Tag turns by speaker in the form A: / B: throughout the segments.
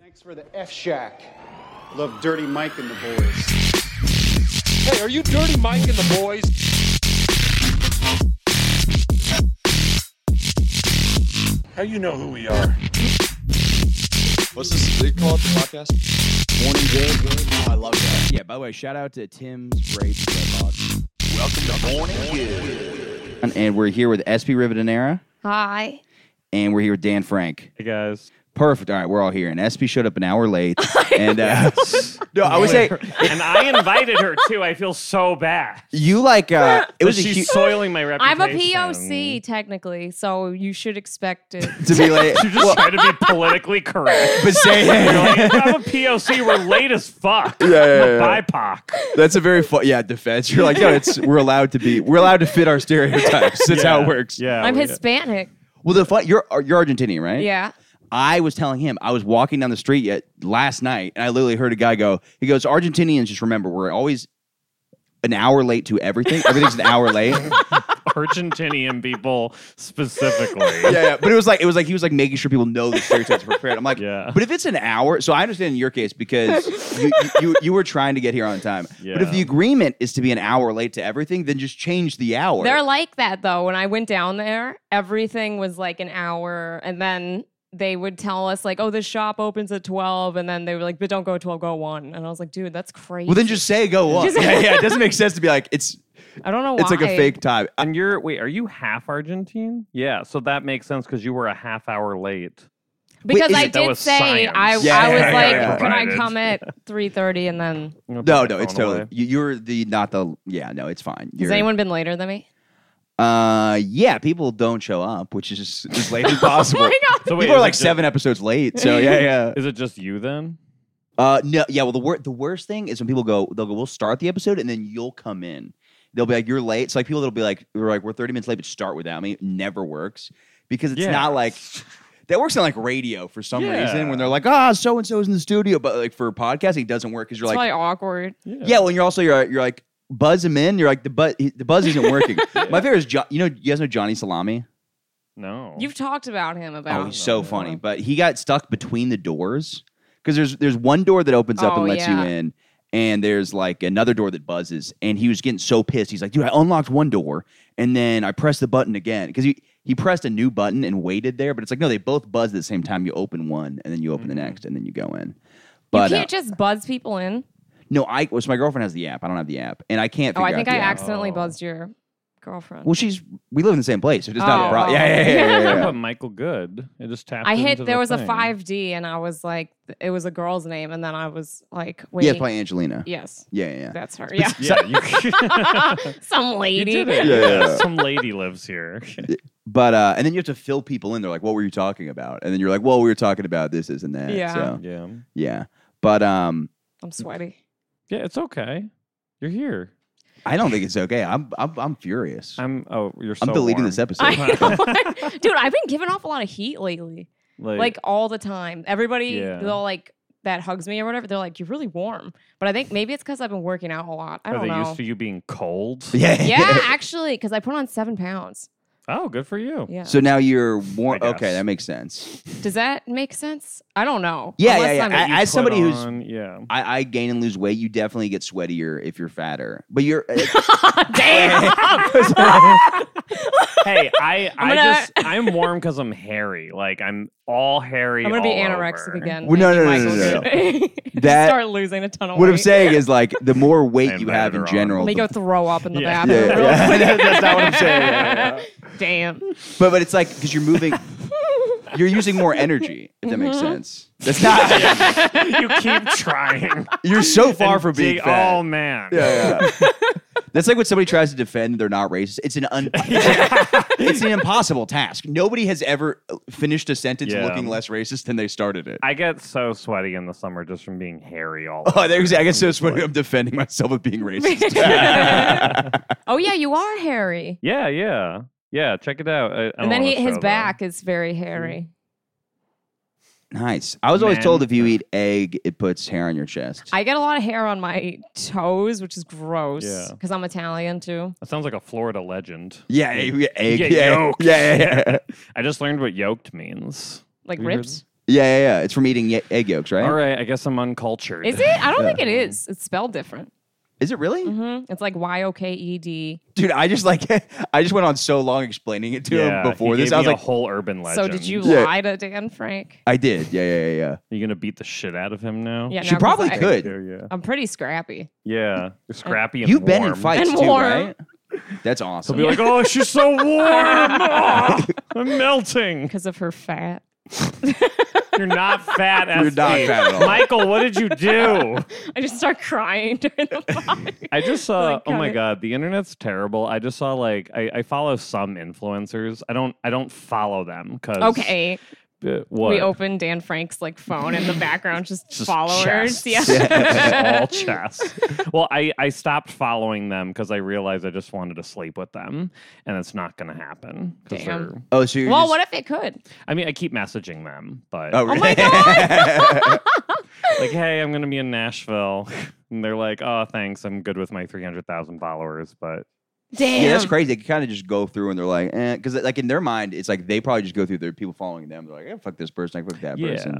A: Thanks for the F Shack. Love Dirty Mike and the boys.
B: Hey, are you Dirty Mike and the boys? How you know who we are?
C: What's this? They call it the podcast. Morning good. I love that.
D: Yeah, by the way, shout out to Tim's Braves Club
C: Welcome to Morning Good.
D: Pod. And we're here with SP Rivetonera
E: Hi.
D: and we're here with Dan Frank.
F: Hey guys.
D: Perfect. All right, we're all here. And SP showed up an hour late. and uh, no, I would say
F: And I invited her too. I feel so bad.
D: you like uh, it was a
F: She's
D: hu-
F: soiling my
E: I'm
F: reputation.
E: a
D: mm.
E: POC technically, so you should expect it.
D: to be late.
F: You just try to be politically correct.
C: But
F: You're
C: say
F: like, I'm a POC. We're late as fuck. Yeah,
C: yeah, yeah.
F: I'm a BIPOC.
C: that's a very fun. Yeah, defense. You're like, no, it's we're allowed to be. We're allowed to fit our stereotypes. That's how it works.
F: Yeah.
E: I'm
F: we-
E: Hispanic.
D: well, the fun, you're you're Argentinian, right?
E: Yeah.
D: I was telling him I was walking down the street yet last night, and I literally heard a guy go. He goes, "Argentinians, just remember, we're always an hour late to everything. Everything's an hour late."
F: Argentinian people specifically.
D: yeah, yeah. But it was like it was like he was like making sure people know the stereotypes were prepared. I'm like,
F: Yeah.
D: But if it's an hour, so I understand in your case because you you, you, you were trying to get here on time. But if
F: Yeah.
D: the agreement is to be an hour late to everything, then just change the hour.
E: They're like that though. When I went down there, everything was like an hour and then they would tell us like, "Oh, this shop opens at 12." And then they were like, "But don't go at 12, go at 1." And I was like, "Dude, that's crazy."
D: well, then just say go on.
E: Just-
C: yeah, yeah. It doesn't make sense to be like it's.
E: I don't know why.
C: It's like a fake time. I-
F: And you're wait, are you half Argentine? Yeah, so that makes sense because you were a half hour late.
E: Because
D: is
E: I
D: it-
F: that
E: did
F: was
E: say
F: science.
E: I,
D: Yeah,
E: I
D: yeah,
E: was
D: yeah,
E: like,
D: yeah.
E: "Can I
F: Provided.
E: come at 3:30?" And then
D: No, no, it's totally.
F: Away.
D: You, you're the not the yeah. No, it's fine.
E: has
D: You're,
E: anyone been later than me?
D: Uh, yeah, people don't show up, which is just as late as
E: Oh
D: possible.
E: my God.
F: So wait,
D: people are
F: is it
D: like
F: just-
D: seven episodes late. So yeah, yeah.
F: Is it just you then?
D: Uh, no, yeah. Well, the wor- the worst thing is when people go, they'll go, "We'll start the episode," and then you'll come in. They'll be like, "You're late." So like people that'll be like, "We're like, we're thirty minutes late, but start without me." It never works because it's
F: Yeah.
D: not like that works on like radio for some reason
F: Yeah.
D: when they're like, "Ah, so and so is in the studio," but like for podcasting, it doesn't work because you're
E: It's
D: like,
E: probably awkward.
D: yeah. When you're also you're you're like buzz him in. You're like the buzz the buzz isn't working. My favorite is jo- you know you guys know Johnny Salami.
F: No.
E: You've talked about him about
D: Oh, he's so funny.
E: Uh-huh.
D: But he got stuck between the doors because there's there's one door that opens up
E: Oh,
D: and lets
E: yeah.
D: you in, and there's like another door that buzzes. And he was getting so pissed. He's like, "Dude, I unlocked one door, and then I pressed the button again because he." He pressed a new button and waited there, but it's like no, they both buzz at the same time. You open one, and then you open the next, and then you go in. But
E: Mm-hmm. you
D: uh,
E: can't just buzz people in.
D: no, I so my girlfriend has the app. I don't have the app, and I can't.
E: Oh, I
D: Figure
E: think
D: out
E: I
D: the app.
E: accidentally
F: Oh.
E: buzzed your girlfriend.
D: Well, she's we live in the same place. so It's not a
E: Oh.
D: problem. Yeah, yeah, yeah. yeah, yeah,
F: I
D: yeah.
F: put Michael Good. It just tapped.
E: I hit
F: into
E: there
F: the
E: was a
F: thing.
E: 5D and I was like it was a girl's name and then I was like wait.
D: yeah, it's probably Angelina.
E: yes.
D: Yeah, yeah. yeah.
E: That's her. Yeah.
F: Yeah, you,
E: Some
F: you
E: lady.
F: did it.
C: Yeah, yeah, yeah.
F: Some lady lives here.
D: But uh, and then you have to fill people in. They're like, "What were you talking about?" And then you're like, "Well, we were talking about this, this, and that."
E: Yeah.
D: So,
F: yeah.
D: yeah. But um,
E: I'm sweaty.
F: Yeah, it's okay. You're here.
D: I don't think it's okay. I'm I'm, I'm furious. I'm,
F: I'm. Oh, you're. So
D: deleting
F: warm.
D: this episode.
E: I know. Dude, I've been giving off a lot of heat lately.
F: Like,
E: Like all the time. Everybody
F: Yeah.
E: they'll like that hugs me or whatever. They're like, You're really warm. But I think maybe it's because I've been working out a lot. I
F: are
E: don't
F: they
E: know.
F: used to you being cold?
D: yeah.
E: yeah, actually, because I put on seven pounds.
F: Oh, good for you.
E: Yeah.
D: So now you're warm.
F: I guess.
D: Okay, that makes sense.
E: Does that make sense? I don't know.
D: Yeah,
E: Unless
D: yeah,
E: I'm
D: yeah.
E: a-
D: I- As
F: Put
D: somebody who's-
F: on- yeah.
D: I, I gain and lose weight. You definitely get sweatier if you're fatter. But you're uh,
F: hey, I, I
E: gonna-
F: just I'm warm because I'm hairy. Like I'm all hairy.
E: I'm gonna be
F: all
E: anorexic
F: over.
E: again.
D: Well, no,
E: Thank
D: no,
E: you,
D: no,
F: no,
E: Michael.
D: That-
E: start losing a ton of
D: what
E: weight.
D: I'm saying is like the more weight
F: And
D: you have in
F: later on.
D: general.
E: Let me
D: the-
E: go throw up in the
F: Yeah.
E: bathroom.
D: Yeah,
E: real
D: yeah.
E: quick.
D: That's not what I'm saying. Yeah,
E: Damn.
D: but but it's like because you're moving, you're using more energy. If that makes
E: Mm-hmm.
D: sense. That's not.
F: you keep trying.
D: You're so far
F: And
D: from being
F: dig-
D: fat.
F: Oh man.
D: Yeah, yeah. That's like when somebody tries to defend they're not racist. It's an un- it's an impossible task. Nobody has ever uh, finished a sentence
F: Yeah.
D: looking less racist than they started it.
F: I get so sweaty in the summer just from being hairy all.
D: oh, there you go. I get so sweaty. I'm defending myself of being racist.
E: oh yeah, you are hairy.
F: Yeah, yeah, yeah. Check it out. uh, I, I don't
E: and then
F: wanna
E: he, his
F: show
E: back is very hairy.
D: nice. I was always
F: Man.
D: told if you eat egg, it puts hair on your chest.
E: I get a lot of hair on my toes, which is gross.
F: Yeah.
E: Because I'm Italian too.
F: That sounds like a Florida legend.
D: yeah, egg. egg
F: You get
D: yeah,
F: yolked.
D: yeah, yeah, yeah.
F: I just learned what yoked means.
E: Like
F: You heard
E: ripped.
D: Yeah, yeah, yeah. It's from eating ye- egg yolks, right?
F: All right, I guess I'm uncultured.
E: Is it? I don't think it is. It's spelled different.
D: Is it really?
E: hmm It's like Y O K E D.
D: Dude, I just like I just went on so long explaining it to
F: Yeah,
D: him before
F: he
D: this.
F: gave
D: I was
F: me
D: like,
F: a whole urban legend.
E: So did you
D: Yeah.
E: lie to Dan Frank?
D: I did. Yeah, yeah, yeah, yeah.
F: Are you gonna beat the shit out of him now?
E: Yeah, no,
D: She
E: 'cause
D: probably
E: I-
D: could.
F: Yeah, yeah.
E: I'm pretty scrappy.
F: Yeah, You're scrappy and
D: You've been in
F: warm.
D: fights
E: And
D: too,
E: warm.
D: right? That's
F: He'll
D: awesome.
F: be like, "Oh, she's so warm. Ah, I'm melting.
E: because of her fat.
F: You're not fat.
D: You're
F: SP.
D: not fat at all.
F: Michael, what did you do?
E: I just start crying during the podcast.
F: I just saw.
E: Like,
F: oh my
E: kinda-
F: god, the internet's terrible. I just saw like I, I follow some influencers. I don't. I don't follow them because
E: Okay,
F: what?
E: we opened Dan Frank's like phone in the background, just,
F: Just
E: followers.
F: chests.
E: Yeah.
F: all chess. Well, I, I stopped following them because I realized I just wanted to sleep with them, and it's not going to happen. 'cause
E: Damn.
F: they're-
D: oh, so you're
E: Well,
D: just-
E: what if it could?
F: I mean, I keep messaging them, but
D: Oh,
E: my
D: God!
F: like, hey, I'm going to be in Nashville, and they're like, oh, thanks, I'm good with my three hundred thousand followers, but
E: Damn.
D: yeah, that's crazy. They kind of just go through and they're like, because like in their mind, it's like they probably just go through their people following them. They're like, eh, fuck this person, I fuck that person.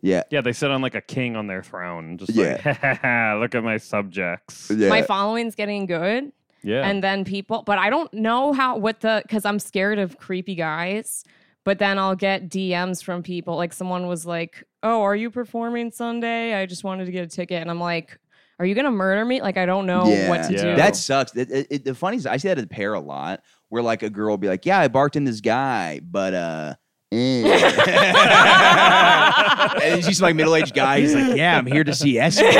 F: yeah,
D: Yeah,
F: yeah, they sit on like a king on their throne, just
D: Yeah.
F: like, look at my subjects,
D: yeah.
E: My following's getting good,
F: yeah,
E: and then people, but I don't know how what the because I'm scared of creepy guys. But then I'll get DMs from people. Like someone was like, "Oh, are you performing Sunday? I just wanted to get a ticket." And I'm like, "Are you gonna murder me? Like I don't know what to
F: Yeah.
E: do."
D: That sucks. It- it- it- the funny is, I see that at the pair a lot, where like a girl will be like, "Yeah, I barked in this guy, but uh." eh." and he's just like middle aged guy. He's like, "Yeah, I'm here to see Escort."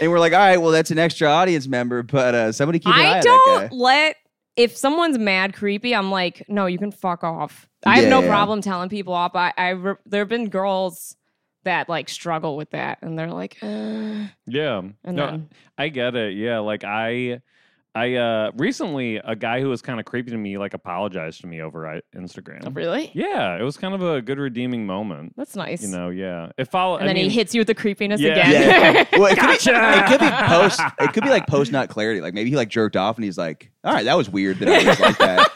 D: and we're like, "All right, well, that's an extra audience member, but uh, somebody keep an eye
E: I
D: on that
E: don't
D: guy."
E: let if someone's mad creepy, I'm like, no, you can fuck off. I have no
D: Yeah.
E: problem telling people off. I, I re- there have been girls that like struggle with that, and they're like, uh, and
F: Yeah. no,
E: then
F: I get it. Yeah, like I I uh recently a guy who was kind of creepy to me like apologized to me over I- Instagram.
E: oh, really,
F: Yeah, it was kind of a good redeeming moment.
E: that's nice.
F: You know, yeah. It follow
E: and
F: I
E: then
F: mean,
E: he hits you with the creepiness
F: Yeah.
E: again.
D: Yeah. Well, it, could be,
F: Gotcha!
D: it could be post. It could be like post not clarity. Like maybe he like jerked off and he's like, "All right, that was weird that I was like that."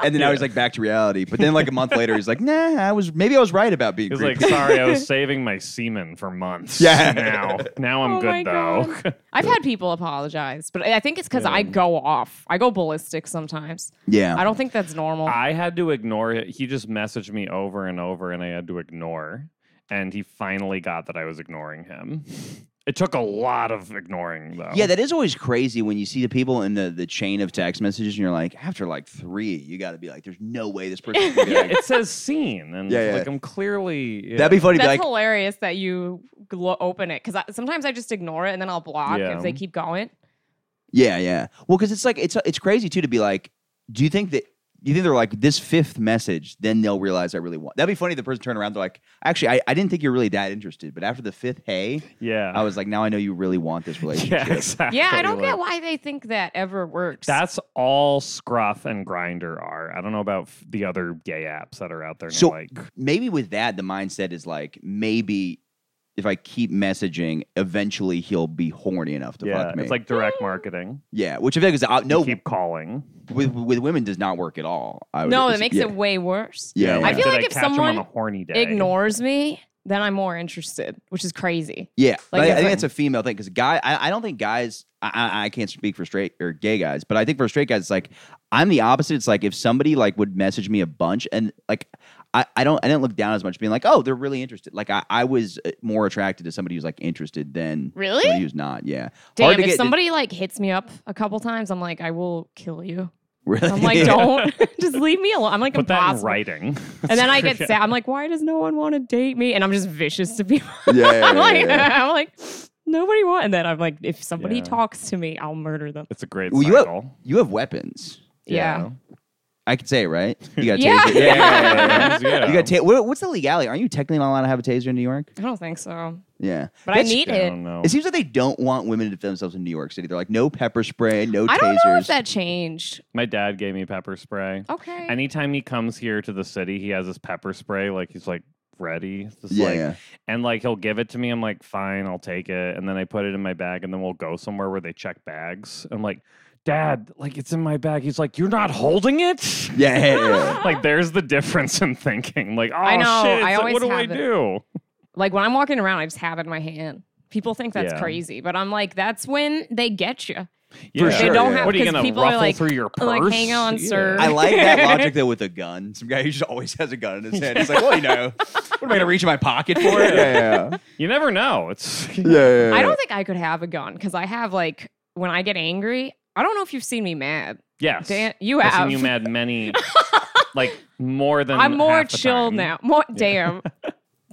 D: And then I was like back to reality. But then like a month later, he's like, "Nah, I was maybe I was right about being."
F: he was
D: creepy."
F: like, "Sorry, I was saving my semen for months."
D: Yeah.
F: Now, now I'm
E: Oh my
F: good though.
E: God. I've had people apologize, but I think it's because I go off. I go ballistic sometimes.
D: yeah.
E: I don't think that's normal.
F: I had to ignore it. He just messaged me over and over, and I had to ignore. And he finally got that I was ignoring him. It took a lot of ignoring, though.
D: Yeah, that is always crazy when you see the people in the, the chain of text messages and you're like, after like three, you got to be like, there's no way this person. Could be like,
F: it says scene, and
D: Yeah, yeah.
F: like I'm clearly yeah.
D: That'd be funny. to
E: That's
D: Be like,
E: hilarious that you glo- open it because sometimes I just ignore it and then I'll block
F: Yeah.
E: if they keep going.
D: yeah, yeah. Well, because it's like it's it's crazy too to be like, do you think that do you think they're like this fifth message, then they'll realize I really want. That'd be funny. If the person turned around, they're like, actually, I, I didn't think you're really that interested, but after the fifth, hey,
F: yeah.
D: I was like, now I know you really want this relationship.
F: yeah, exactly.
E: Yeah, I don't
F: like,
E: get why they think that ever works.
F: That's all Scruff and Grinder are. I don't know about f- the other gay apps that are out there. now,
D: So-
F: like,
D: maybe with that the mindset is like maybe if I keep messaging, eventually he'll be horny enough to
F: yeah,
D: fuck me.
F: it's like
E: Hmm.
F: direct marketing.
D: yeah, which I feel like is uh,
F: No,
D: no
F: keep calling.
D: with with women does not work at all. I would-
E: no,
D: it's-
E: that makes
D: yeah.
E: it way worse.
D: Yeah, yeah,
E: I feel
F: did
E: like
F: I
E: if
F: catch 'em on
E: someone
F: a horny day?
E: Ignores me, then I'm more interested, which is crazy.
D: yeah. But
E: like,
D: I, I
E: it's
D: think
E: like-
D: that's a female thing because guy. I, I don't think guys. I, I- I can't speak for straight or gay guys, but I think for straight guys, it's like I'm the opposite. It's like if somebody like would message me a bunch and like. I, I don't I didn't look down as much being like oh they're really interested like I, I was uh, more attracted to somebody who's like interested than
E: Really?
D: somebody who's not yeah Hard
E: Damn,
D: to
E: if
D: get-
E: somebody like hits me up a couple times, I'm like, I will kill you.
D: really
E: I'm like,
D: Yeah.
E: don't just leave me alone. I'm like,
F: Put that in
E: impossible.
F: writing.
E: And then I get sad. I'm like, why does no one want to date me? And I'm just vicious to people.
D: yeah, yeah,
E: I'm
D: yeah,
E: like,
D: yeah.
E: I'm like, nobody want. And then I'm like, if somebody
F: Yeah.
E: talks to me, I'll murder them.
F: It's a great
D: Well, you have-
F: cycle.
D: you have weapons
E: Yeah.
D: I can say it, right you got
E: Yeah.
D: taser
F: Yeah, yeah, yeah, yeah.
D: you got ta- what, what's the legality aren't you technically not allowed to have a taser in New York
E: I don't think so,
D: yeah
E: but
D: That's-
E: I need
F: I
E: it.
F: don't know.
D: It seems like they don't want women to defend themselves in New York City. They're like, no pepper spray, no tasers.
E: I don't know if that changed.
F: My dad gave me pepper spray.
E: Okay.
F: Anytime he comes here to the city, he has his pepper spray. Like he's like ready. It's Just
D: yeah,
F: like
D: yeah.
F: And like he'll give it to me. I'm like, fine, I'll take it. And then I put it in my bag, and then we'll go somewhere where they check bags. I'm like, Dad, like it's in my bag. He's like, You're not holding it?
D: Yeah, yeah, yeah.
F: Like there's the difference in thinking. Like, oh
E: know,
F: shit, it's-
E: I always
F: what do I
E: have it.
F: do?
E: Like when I'm walking around, I just have it in my hand. People think that's
F: Yeah.
E: crazy, but I'm like, that's when they get you.
F: Yeah.
E: They
D: sure,
E: don't
D: yeah.
E: have
F: What are you
E: 'cause
F: gonna
E: people are
F: ruffle
E: like,
F: through your purse?
E: like, hang on,
F: Yeah.
E: sir.
D: I like that logic though with a gun. Some guy who just always has a gun in his hand. He's like, well, you know, what am I gonna reach in my pocket for it?
C: yeah,
F: You never know. It's
C: yeah, yeah.
E: I don't think I could have a gun because I have like when I get angry. I don't know if you've seen me mad.
F: yes.
E: Dan, you
F: I've
E: have.
F: seen you mad many, like more than.
E: I'm more
F: half the
E: chill
F: time.
E: now. More damn,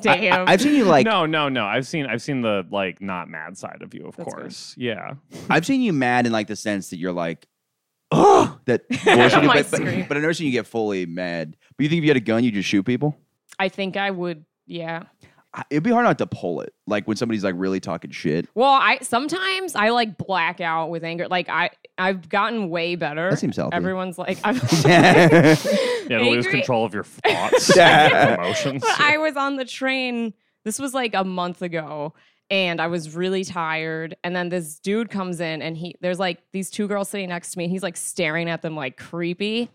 E: damn.
D: I, have seen you like
F: no, no, no. I've seen, I've seen the like not mad side of you, of
E: That's good.
F: course. Yeah.
D: I've seen you mad in like the sense that you're like, oh, that bullshit.
E: might
D: but, but,
E: scream.
D: but I've never seen you get fully mad. But you think if you had a gun, you just shoot people?
E: I think I would. Yeah.
D: I- It'd be hard not to pull it. Like when somebody's like really talking shit.
E: Well, I sometimes I like black out with anger. Like I I've gotten way better.
D: That seems healthy.
E: Everyone's like I'm
D: yeah,
F: Yeah, to lose
E: Angry-
F: control of your thoughts,
D: Yeah.
F: and your emotions.
E: But I was on the train. This was like a month ago, and I was really tired. And then this dude comes in, and he there's like these two girls sitting next to me, and he's like staring at them like creepy.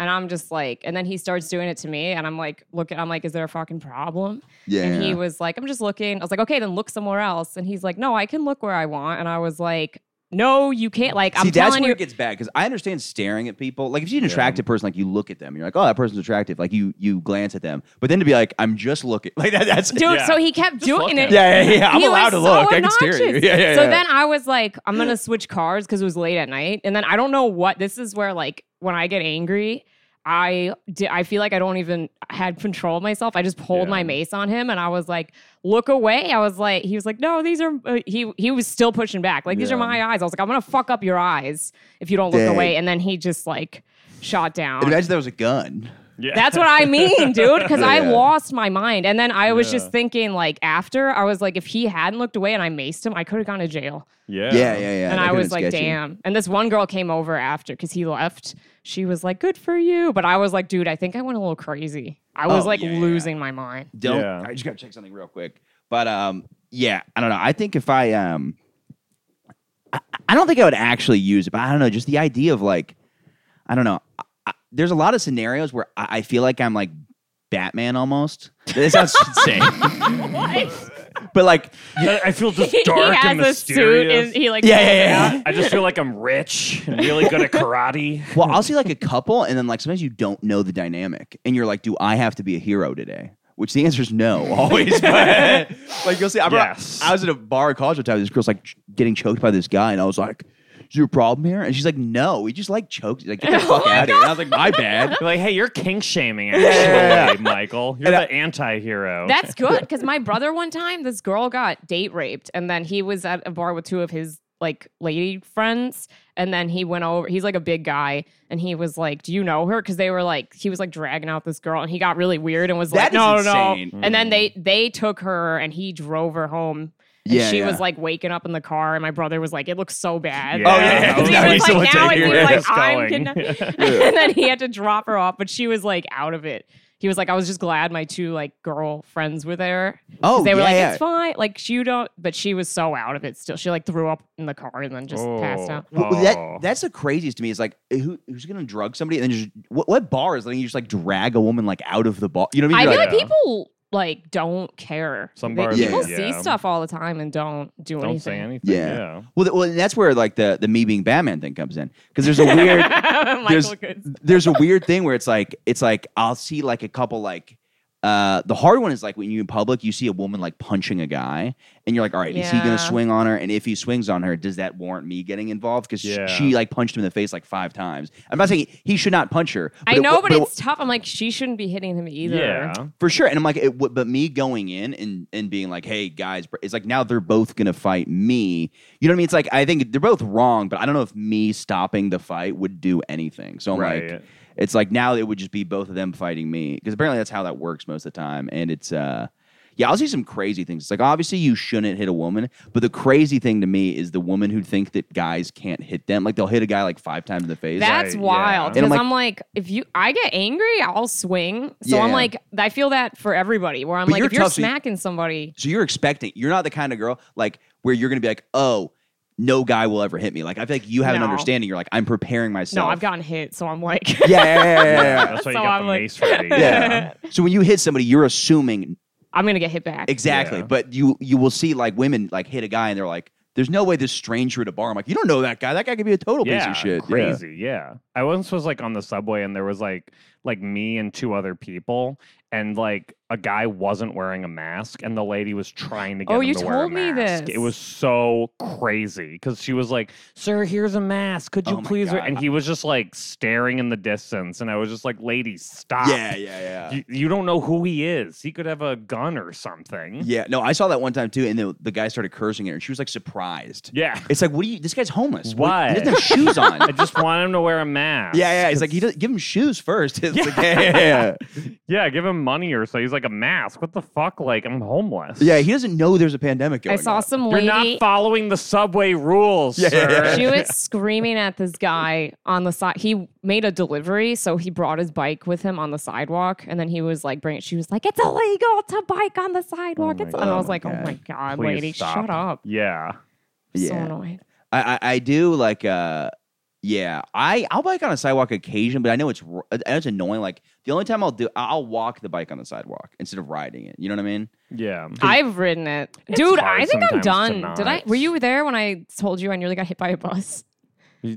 E: And I'm just like, and then he starts doing it to me, and I'm like, look, I'm like, is there a fucking problem? And he was like, I'm just looking. I was like, okay, then look somewhere else. And he's like, no, I can look where I want. And I was like, no, you can't. Like,
D: See,
E: I'm
D: that's
E: telling
D: where
E: you,
D: it gets bad because I understand staring at people. Like if you see an attractive person, like you look at them, you're like, oh, that person's attractive. Like you you glance at them, but then to be like, I'm just looking. Like that, that's
E: dude.
F: Yeah.
E: So he kept doing
F: look
E: it.
F: at
D: Yeah, yeah, yeah. I'm
E: He
D: allowed
E: was
D: to
E: so
D: look. I can stare at you.
E: obnoxious.
D: Yeah, yeah.
E: So
D: yeah.
E: then I was like, I'm gonna switch cars because it was late at night, and then I don't know what this is where like when I get angry, I di- I feel like I don't even had control of myself. I just pulled
F: Yeah.
E: my mace on him, and I was like, look away. I was like, he was like, no, these are uh, he he was still pushing back. Like these
D: Yeah.
E: are my eyes. I was like, I'm gonna fuck up your eyes if you don't look
D: Dang.
E: away. And then he just like shot down.
D: And imagine there was a gun.
F: yeah.
E: That's what I mean, dude, because I
D: Yeah.
E: lost my mind. And then I was
F: Yeah.
E: just thinking, like, after, I was like, if he hadn't looked away and I maced him, I could have gone to jail.
F: yeah,
D: Yeah, yeah, yeah. that
E: and I
D: could've
E: was
D: been
E: like,
D: sketchy.
E: damn. And this one girl came over after because he left. She was like, good for you. But I was like, dude, I think I went a little crazy. I was
D: Oh,
E: like
D: yeah, yeah, yeah.
E: losing my mind.
D: Don't.
F: Yeah.
D: I just gotta check something real quick. But um, yeah, I don't know. I think if I um, I, I don't think I would actually use it, but I don't know. Just the idea of like, I don't know. I, I, there's a lot of scenarios where I, I feel like I'm like Batman almost. That sounds insane. But like,
F: I I feel just
E: he
F: dark
E: has
F: and
E: a suit
F: mysterious.
E: and he, like,
D: yeah, yeah, yeah.
F: I just feel like I'm rich and really good at karate.
D: Well, I'll see like a couple, and then like sometimes you don't know the dynamic, and you're like, "Do I have to be a hero today?" Which the answer is no, always. but, like you'll see. I, remember
F: Yes.
D: I was at a bar in college one time. This girl's like ch- getting choked by this guy, and I was like, "Is there a problem here?" And she's like, "No, we just like choked." Like get the fuck out of here. And I was like, "My bad."
F: You're like, hey, you're kink shaming, actually, Michael. You're the anti hero.
E: That's good because my brother one time this girl got date raped and then he was at a bar with two of his like lady friends and then he went over he's like a big guy and he was like do you know her because they were like he was like dragging out this girl and he got really weird and was
D: That
E: like
D: is
E: no
D: insane. Mm.
E: no and then they they took her and he drove her home and
D: Yeah,
E: she
D: yeah.
E: was like waking up in the car and my brother was like it looks so bad
F: Yeah.
D: Oh, yeah, yeah.
E: he
D: Now
E: was
D: he's
E: like now it
F: taking
E: seems
F: where
E: like
F: it's
E: I'm
F: going.
E: kidnapped and then he had to drop her off, but she was like out of it. He was like, I was just glad my two like girlfriends were there. 'Cause
D: Oh,
E: they were
D: yeah,
E: like,
D: yeah.
E: it's fine. Like you don't, but she was so out of it still. She like threw up in the car and then just passed
F: Oh.
E: out.
D: Well, well,
F: Oh.
D: That that's the craziest to me. Is like who, who's gonna drug somebody and then just what, what bar is letting you just like drag a woman like out of the bar? You know what I
E: I feel
D: mean? You're
E: like
D: like,
F: Yeah.
E: people like don't care.
F: Some
E: They-
F: bars,
E: people
D: yeah.
E: see stuff all the time and don't do
F: Don't
E: anything.
F: say anything.
D: Yeah.
F: Yeah.
D: well, th- well, that's where like the the me being Batman thing comes in because there's a weird.
E: Michael
D: there's-
E: Goods.
D: there's a weird thing where it's like it's like I'll see like a couple like uh the hard one is like when you in public you see a woman like punching a guy and you're like all right is he
E: Yeah.
D: gonna swing on her and if he swings on her does that warrant me getting involved because
F: Yeah.
D: she like punched him in the face like five times I'm not saying he should not punch her
E: I
D: it
E: know,
D: wa-
E: but
D: it wa-
E: it's tough. I'm like, she shouldn't be hitting him either.
F: Yeah.
D: for sure and I'm like it, wa- but me going in and and being like hey guys br- it's like now they're both gonna fight me you know what I mean it's like I think they're both wrong but I don't know if me stopping the fight would do anything so I'm
F: Right.
D: like it's like now it would just be both of them fighting me because apparently that's how that works most of the time. And it's uh, yeah, I'll see some crazy things. It's like obviously you shouldn't hit a woman, but the crazy thing to me is the woman who think that guys can't hit them. Like they'll hit a guy like five times in the face.
E: That's
F: Right,
E: wild.
D: yeah. And
E: Because
D: I'm like-
E: I'm, like, if you, I get angry, I'll swing. So I'm
D: Yeah.
E: like, I feel that for everybody. Where I'm
D: But
E: like,
D: you're
E: if you're
D: tough, so you-
E: smacking somebody,
D: so you're expecting you're not the kind of girl like where you're gonna be like oh. no guy will ever hit me. Like I feel like you have an
E: No.
D: understanding. You're like I'm preparing myself.
E: No, I've gotten hit, so I'm like,
D: yeah, yeah, yeah, yeah, yeah.
F: That's why
E: So
F: you got
E: I'm
F: the
E: like-
F: mace ready.
D: Yeah. so when you hit somebody, you're assuming
E: I'm gonna get hit back.
D: exactly,
F: Yeah.
D: but you you will see like women like hit a guy and they're like, "There's no way this stranger at a bar." I'm like, "You don't know that guy. That guy could be a total piece of shit." Yeah.
F: Crazy, yeah. I once was like on the subway and there was like like me and two other people and like a guy wasn't wearing a mask and the lady was trying to get
E: Oh,
F: him
E: you
F: to wear a
E: told me
F: mask.
E: this.
F: It was so crazy because she was like, "Sir, here's a mask. Could you
D: Oh my
F: please?" wear-"
D: God.
F: And he was just like staring in the distance, and I was just like, "Lady, stop!
D: Yeah, yeah, yeah.
F: Ah. You, you don't know who he is. He could have a gun or something."
D: Yeah, no, I saw that one time too, and the, the guy started cursing at her, and she was like surprised.
F: Yeah.
D: It's like, what do you? This guy's homeless. What- He
F: Why?
D: doesn't have shoes on.
F: I just want him to wear a mask.
D: yeah, yeah. He's like, he does, give him shoes first. It's like, yeah, yeah, yeah,
F: Yeah, give him money or so. He's like a mask. What the fuck? Like I'm homeless.
D: yeah. He doesn't know there's a pandemic
E: I
D: going.
E: saw
D: on.
E: some
F: You're
E: lady.
F: not following the subway rules,
D: Yeah, yeah,
F: sir.
D: yeah.
E: she was screaming at this guy on the side. He made a delivery, so he brought his bike with him on the sidewalk, and then he was like, "Bring it." She was like, "It's illegal to bike on the sidewalk."
F: my
E: it's, and I was
D: God.
E: like,
D: Okay.
E: "Oh my god,
F: Please
E: lady,
F: stop.
E: shut up!"
F: Yeah.
E: So
D: Yeah.
E: annoying.
D: I, I, I do like uh yeah I I'll bike on a sidewalk occasion, but I know it's r- I know it's annoying. Like the only time I'll do I'll walk the bike on the sidewalk instead of riding it. You know what I mean?
F: Yeah.
E: I've ridden it, dude.
F: hard
E: I think I'm
F: sometimes to
E: done. Did I?
F: not.
E: Were you there when I told you I nearly got hit by a bus?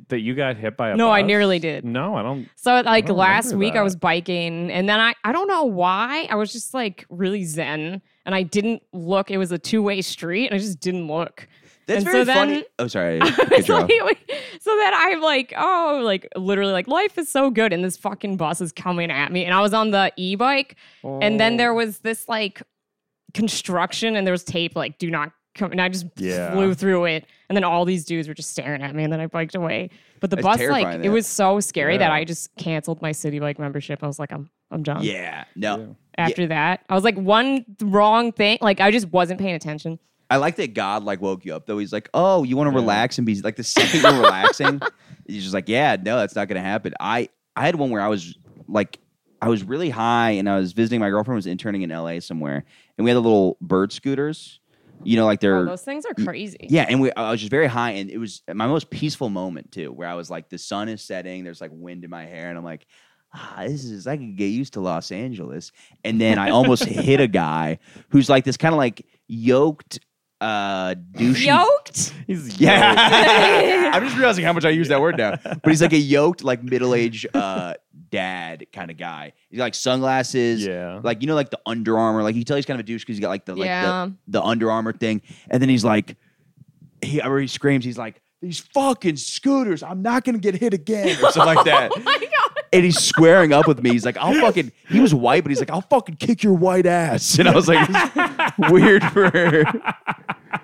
F: that you got hit by a
E: No, I
F: bus?
E: nearly did.
F: No, Oh, I don't.
E: So like
F: don't
E: last
F: remember
E: week
F: that.
E: I was biking and then I I don't know why I was just like really zen and I didn't look it was a two-way street and I just didn't look. And
D: That's very
E: so then-
D: funny. Oh, sorry.
E: I
D: Good
E: was like,
D: job.
E: wait. so then I'm like, oh, like literally like life is so good and this fucking bus is coming at me and I was on the e-bike and then
D: Oh.
E: there was this like construction and there was tape like do not come and I just
F: Yeah.
E: flew through it and then all these dudes were just staring at me and then I biked away. But the
D: That's
E: bus like
D: terrifying,
E: it
D: that.
E: was so scary that
F: Yeah.
E: I just canceled my city bike membership. I was like I'm I'm done.
D: Yeah. No.
E: After that, I was like one wrong thing like I just wasn't paying attention.
D: I like that God like woke you up though. He's like, oh, you want to relax and be like the second you're relaxing, he's just like, yeah, no, that's not gonna happen. I I had one where I was like, I was really high and I was visiting my girlfriend was interning in L.A. somewhere, and we had the little bird scooters, you know, like
E: Oh,
D: they're
E: those things are crazy.
D: Mm, yeah, and we I was just very high, and it was my most peaceful moment too, where I was like, the sun is setting, there's like wind in my hair, and I'm like, ah, this is I can get used to Los Angeles. And then I almost hit a guy who's like this kind of like yoked, uh, douchey.
E: Yoked?
F: Oh. He's
D: Yeah, I'm just realizing how much I use that word now. But he's like a yoked, like middle aged uh, dad kind of guy. He's got, like sunglasses,
F: Yeah.
D: like you know, like the Under Armour. Like you can tell he's kind of a douche because he's got like the like
E: Yeah.
D: the, the Under Armour thing, and then he's like, he I remember he screams, he's like, these fucking scooters, I'm not gonna get hit again or something like that.
E: Oh my god.
D: And he's squaring up with me. He's like, I'll fucking. He was white, but he's like, I'll fucking kick your white ass. And I was like, this is weird for a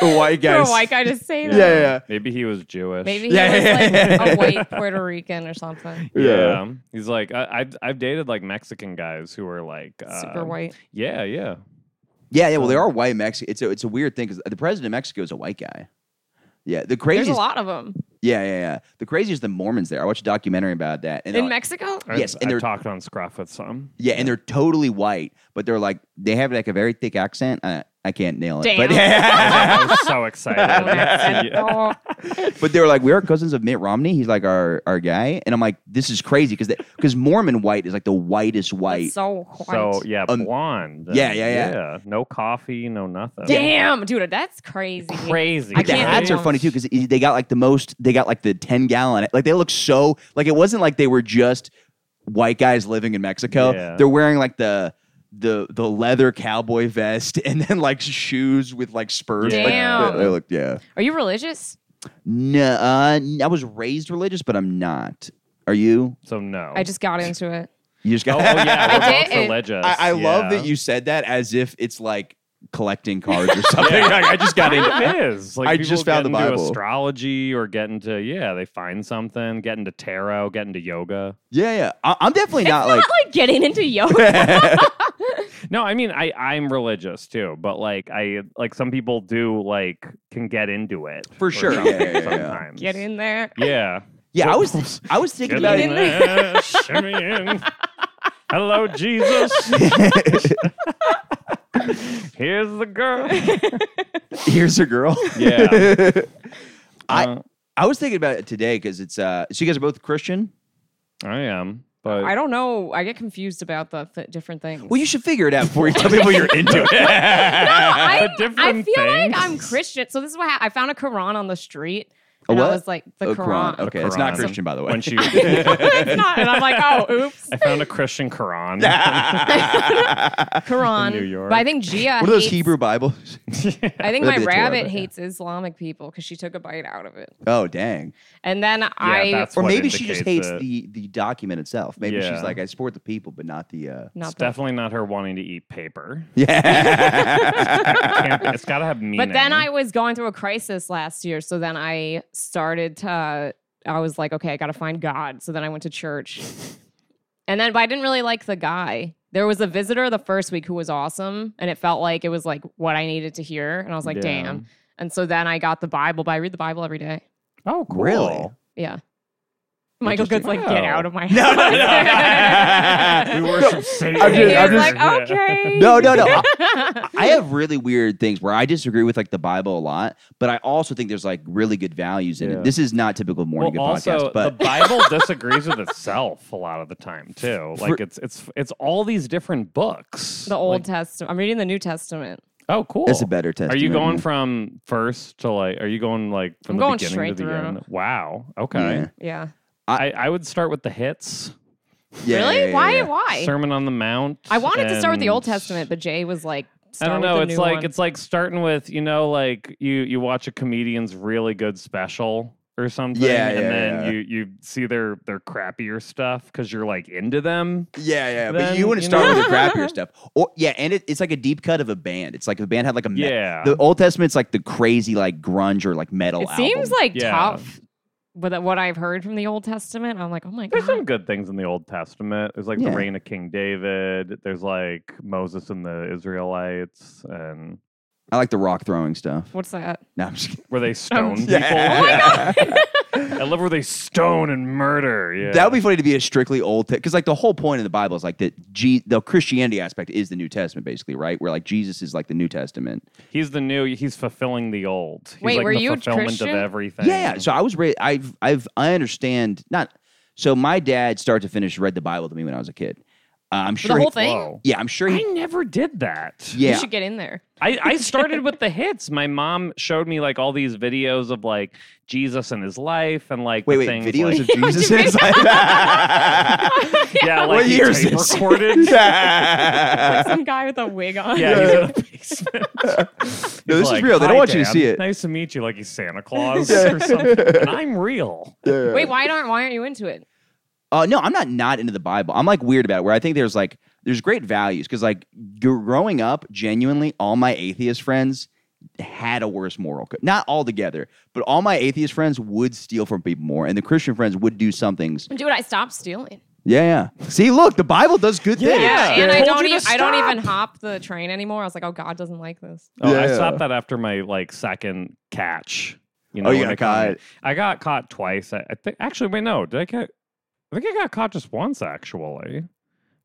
D: white guy.
E: For
D: to
E: a
D: s-
E: white guy to say
D: Yeah,
E: that.
D: yeah, yeah.
F: Maybe he was Jewish.
E: Maybe he
D: Yeah,
E: was
D: yeah,
E: like
D: yeah.
E: a white Puerto Rican or something.
F: Yeah.
D: Yeah.
F: He's like I, I've I've dated like Mexican guys who are like
E: Super
F: uh,
E: white.
F: Yeah, yeah.
D: Yeah, yeah. Well, they are white Mexican. It's a it's a weird thing because the president of Mexico is a white guy. Yeah, the
E: There's
D: craziest.
E: a lot of them.
D: Yeah, yeah, yeah. The craziest the Mormons there. I watched a documentary about that. And
E: In
D: they're-
E: Mexico?
F: I've-
D: Yes, and
F: I've
D: they're-
F: talked on Scruff with some.
D: yeah, and they're totally white, but they're like they have like a very thick accent. I, I can't nail it,
E: Damn.
D: but yeah.
F: I was so excited. Yeah.
E: Oh,
D: but they were like, we are cousins of Mitt Romney. He's like our our guy, and I'm like, this is crazy because because Mormon white is like the whitest white.
E: that's so white.
F: So yeah,
D: Um,
F: blonde.
D: yeah, yeah, yeah.
F: No coffee, no nothing.
E: Damn, dude, that's crazy.
F: Crazy.
E: I
D: the
E: can't
D: hats are
E: do
D: funny too because they got like the most. They got like the ten gallon. Like they look so like it wasn't like they were just white guys living in Mexico.
F: Yeah.
D: They're wearing like the the the leather cowboy vest and then like shoes with like spurs. Like, they-
E: Damn.
D: they, look yeah.
E: Are you religious?
D: No, uh, I was raised religious, but I'm not. Are you?
F: So no.
E: I just got into it.
D: You just
F: Oh,
D: got.
F: oh, yeah,
E: I
F: we're both
E: did.
F: religious.
D: I, I love
F: yeah.
D: that you said that as if it's like collecting cards or something. Like, I just got into.
F: It is. Like
D: I
F: people
D: just found
F: get
D: the
F: into
D: Bible.
F: Astrology or get into yeah, they find something, get into tarot, get into yoga.
D: Yeah, yeah. I, I'm definitely not
E: Not
D: like.
E: like getting into yoga.
F: No, I mean I I'm religious too, but like I like some people do like can get into it
D: For
F: or
D: sure. Yeah,
F: something
D: yeah, yeah, yeah.
F: Sometimes.
E: Get in there.
F: Yeah.
D: Yeah, I was. I was thinking
F: Get
D: about it.
F: in there. Shimmy in. Hello, Jesus. Here's the girl.
D: Here's a girl.
F: Yeah.
D: I-
F: Uh,
D: I was thinking about it today because it's uh. So you guys are both Christian.
F: I am, but
E: I don't know. I get confused about the th- different things.
D: Well, you should figure it out before you tell people you're into
E: no,
D: it.
E: I,
F: The
E: I
F: different
E: feel like I'm
F: things.
E: Christian. So this is what hap- I found a Quran on the street.
D: A
E: And I
D: what?
E: was like, the
D: Oh,
E: Quran.
D: Okay, it's not
F: Quran.
D: Christian, by the way.
F: when she, I
E: it's not. And I'm like, oh, oops.
F: found a Christian Quran.
E: Quran.
F: New York.
E: But I think Gia.
D: What are those
E: hates-
D: Hebrew Bibles?
E: I think
D: That'd
E: my
D: be the Torah,
E: rabbit
D: but yeah.
E: hates Islamic people because she took a bite out of it.
D: Oh, dang.
E: And then I.
F: that's
D: Or
F: what
D: maybe she just
F: indicates
D: hates
F: it.
D: the the document itself. Maybe
F: Yeah.
D: she's like, I support the people, but not the. uh
E: not
F: It's
E: the-
F: definitely not her wanting to eat paper.
D: Yeah.
F: Can't- it's got to have meaning.
E: But then I was going through a crisis last year, so then I started to. I was like, okay, I got to find God. So then I went to church, and then but I didn't really like the guy. There was a visitor the first week who was awesome, and it felt like it was like what I needed to hear, and I was like,
F: Yeah.
E: damn. And so then I got the Bible, but I read the Bible every day.
F: Oh, cool.
D: really?
E: Yeah. Michael Good's like, get
F: Wow.
E: out of my house.
D: No, no,
F: We
D: no.
F: worship Satan.
D: I'm
E: He
D: just-
E: was
D: I'm just-
E: like, "Oh, okay.
D: No, no, no. I have really weird things where I disagree with like the Bible a lot, but I also think there's like really good values in
F: Yeah.
D: it. This is not typical morning
F: well,
D: Good
F: also
D: podcast, but
F: the Bible disagrees with itself a lot of the time too. Like it's it's it's all these different books.
E: the Old
F: Like,
E: Testament. I'm reading the New Testament.
F: oh, cool.
D: it's a better test.
F: Are you going from first to like? Are you going like from
E: I'm
F: the
E: going
F: beginning
E: straight
F: to the
E: through.
F: end? Wow. Okay.
D: Yeah.
E: Yeah.
F: I, I would start with the hits.
D: Yeah,
E: really?
D: yeah, yeah,
E: why?
D: yeah.
E: Why?
F: Sermon on the Mount.
E: I wanted to start with the Old
F: and-
E: Testament, but Jay was like,
F: I
E: start
F: don't
E: with
F: know.
E: the
F: It's
E: new
F: like
E: one.
F: it's like starting with you know like you you watch a comedian's really good special or something,
D: Yeah,
F: and
D: yeah,
F: then
D: yeah.
F: you you see their their crappier stuff because you're like into them.
D: Yeah, yeah,
F: Then,
D: but you want to
F: you
D: start
F: know-
D: with the crappier stuff. Or yeah, and it, it's like a deep cut of a band. It's like the band had like a me-
F: Yeah.
D: The Old Testament's like the crazy like grunge or like metal.
E: it
D: album.
E: seems like
F: Yeah.
E: tough. But what I've heard from the Old Testament, I'm like, oh my
F: There's
E: god.
F: some good things in the Old Testament. There's like
D: Yeah.
F: the reign of King David. There's like Moses and the Israelites, and
D: I like the rock throwing stuff.
E: What's that?
D: No, I'm just kidding.
F: where they stone people.
E: Oh
D: Um, Yeah.
F: I love where they stone and murder. Yeah,
D: That would be funny to be a strictly old because like the whole point of the Bible is like that G- the Christianity aspect is the New Testament basically, right? Where like Jesus is like the New Testament.
F: he's the new. He's fulfilling the old. He's
E: Wait,
F: like
E: were
F: the
E: you a
F: fulfillment
E: Christian?
F: of
E: Yeah,
F: everything?
D: Yeah, yeah. So I was ra- I've I've I understand not. So my dad start to finish read the Bible to me when I was a kid. Uh, I'm
E: The
D: sure he-
E: whole thing.
F: Whoa.
D: Yeah, I'm sure
F: I
D: he.
F: never did that.
E: You
D: Yeah,
E: should get in there.
F: I, I started with the hits. My mom showed me like all these videos of like Jesus and his life and like
D: Wait,
F: the
D: wait,
F: things
D: videos
F: like,
D: of Jesus in his life.
F: yeah, like
D: what
F: he
D: year is
F: tape
D: this?
F: recorded. yeah,
D: yeah,
E: Some guy with a wig on.
F: he's in the basement.
D: No,
F: He's
D: this is
F: like,
D: real. They don't
F: "Hi,
D: want you to
F: Dad.
D: see it."
F: Nice to meet you, like he's Santa Claus or something. And I'm real.
E: Wait, why aren't why aren't you into it?
D: Uh, no, I'm not not into the Bible. I'm like weird about it. Where I think there's like there's great values because like gr- growing up, genuinely, all my atheist friends had a worse moral code. Not all together, but all my atheist friends would steal from people more, and the Christian friends would do some things.
E: Dude, I stopped stealing.
D: Yeah, yeah. See, look, the Bible does good things.
E: Yeah, and I
F: Told
E: don't
F: you
E: even
F: to
E: I don't
F: stop.
E: even hop the train anymore. I was like, oh God doesn't like this.
F: Oh, I
D: Yeah.
F: stopped that after my like second catch. You
D: Oh, you
F: when
D: got
F: I caught
D: caught.
F: it. I got caught twice. I, I think actually, wait, no, did I get? I think I got caught just once actually.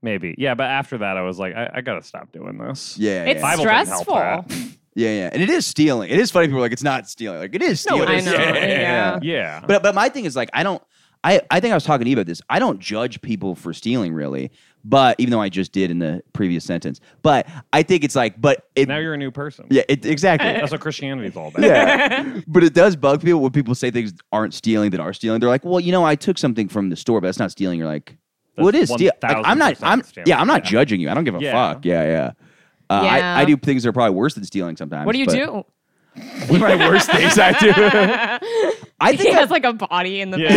F: Maybe, yeah. But after that, I was like, I, I gotta stop doing this.
D: Yeah,
E: It's
D: yeah,
F: Bible didn't help
E: stressful.
F: that.
D: yeah, yeah. And it is stealing. It is funny. People are like, it's not stealing. Like it is
E: No,
D: stealing.
E: I know. Yeah.
F: Yeah.
D: But but my thing is like I don't I, I think I was talking to you about this. I don't judge people for stealing really, but even though I just did in the previous sentence. But I think it's like but it
F: now you're a new person.
D: yeah, it, exactly.
F: That's what Christianity's all about.
D: yeah. But it does bug people when people say things aren't stealing that are stealing. They're like, "Well, you know, I took something from the store, but that's not stealing." You're like, "Well, it
F: That's
D: is steal." Like, I'm not
F: 1000%
D: I'm
F: stealing,
D: yeah, I'm not
F: yeah.
D: judging you. I don't give a
F: Yeah.
D: fuck. Yeah, yeah. Uh,
E: Yeah.
D: I, I do things that are probably worse than stealing sometimes.
E: What do you
D: but-
E: do?
D: What are my worst things I do? I
E: He
D: think I
E: has like a body in the
F: Yeah.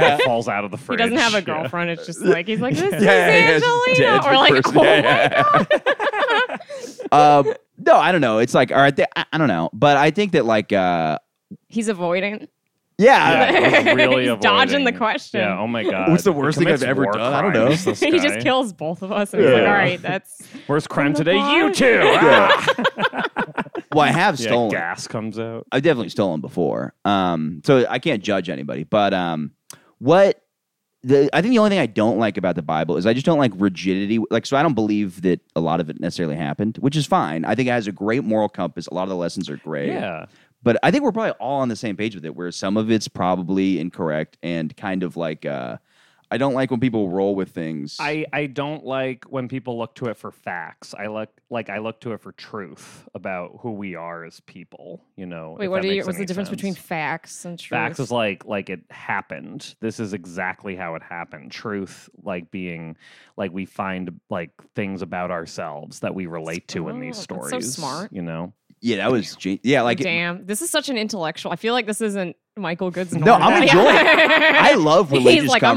E: back.
F: It falls out of the
E: He
F: fridge.
E: doesn't have a
F: Yeah.
E: girlfriend. It's just like he's like this is
D: yeah, it's
E: Angelina,
D: dead
E: or like
D: person. Yeah, um, no, I don't know. It's like, all right, th- I, I don't know, but I think that like, uh,
E: he's avoidant.
D: yeah,
F: Yeah, it was really
E: He's dodging the
F: avoiding-
E: question.
F: Yeah. Oh my god.
D: What's the worst
F: He
D: thing I've
F: commits
D: ever
F: war
D: done? I don't
F: crimes,
D: know.
F: this
E: he just
F: guy.
E: kills both of us. And he's like,
D: Yeah.
E: all right, that's
F: Worst crime today. You
E: bar.
F: too. Ah!
D: well, I have
F: Yeah,
D: stolen.
F: gas comes out.
D: I've definitely stolen before. Um, so I can't judge anybody, but um, what the I think the only thing I don't like about the Bible is I just don't like rigidity. Like, so I don't believe that a lot of it necessarily happened, which is fine. I think it has a great moral compass. A lot of the lessons are great.
F: Yeah.
D: But I think we're probably all on the same page with it, where some of it's probably incorrect and kind of like uh, I don't like when people roll with things.
F: I, I don't like when people look to it for facts. I look like I look to it for truth about who we are as people. You know.
E: Wait,
F: if
E: what
F: that
E: are you,
F: makes
E: what's the
F: any
E: difference between
F: sense.
E: facts and truth?
F: Facts is like like it happened. This is exactly how it happened. Truth, like being like we find like things about ourselves that we relate to in these
E: Oh, that's
F: stories.
E: so smart.
F: You know.
D: yeah, that was gen- yeah, like
E: Damn, this is such an intellectual. I feel like this isn't Michael Good's.
D: No, I'm
E: normal.
D: enjoying it. I love
E: He's
D: religious
E: like, I'm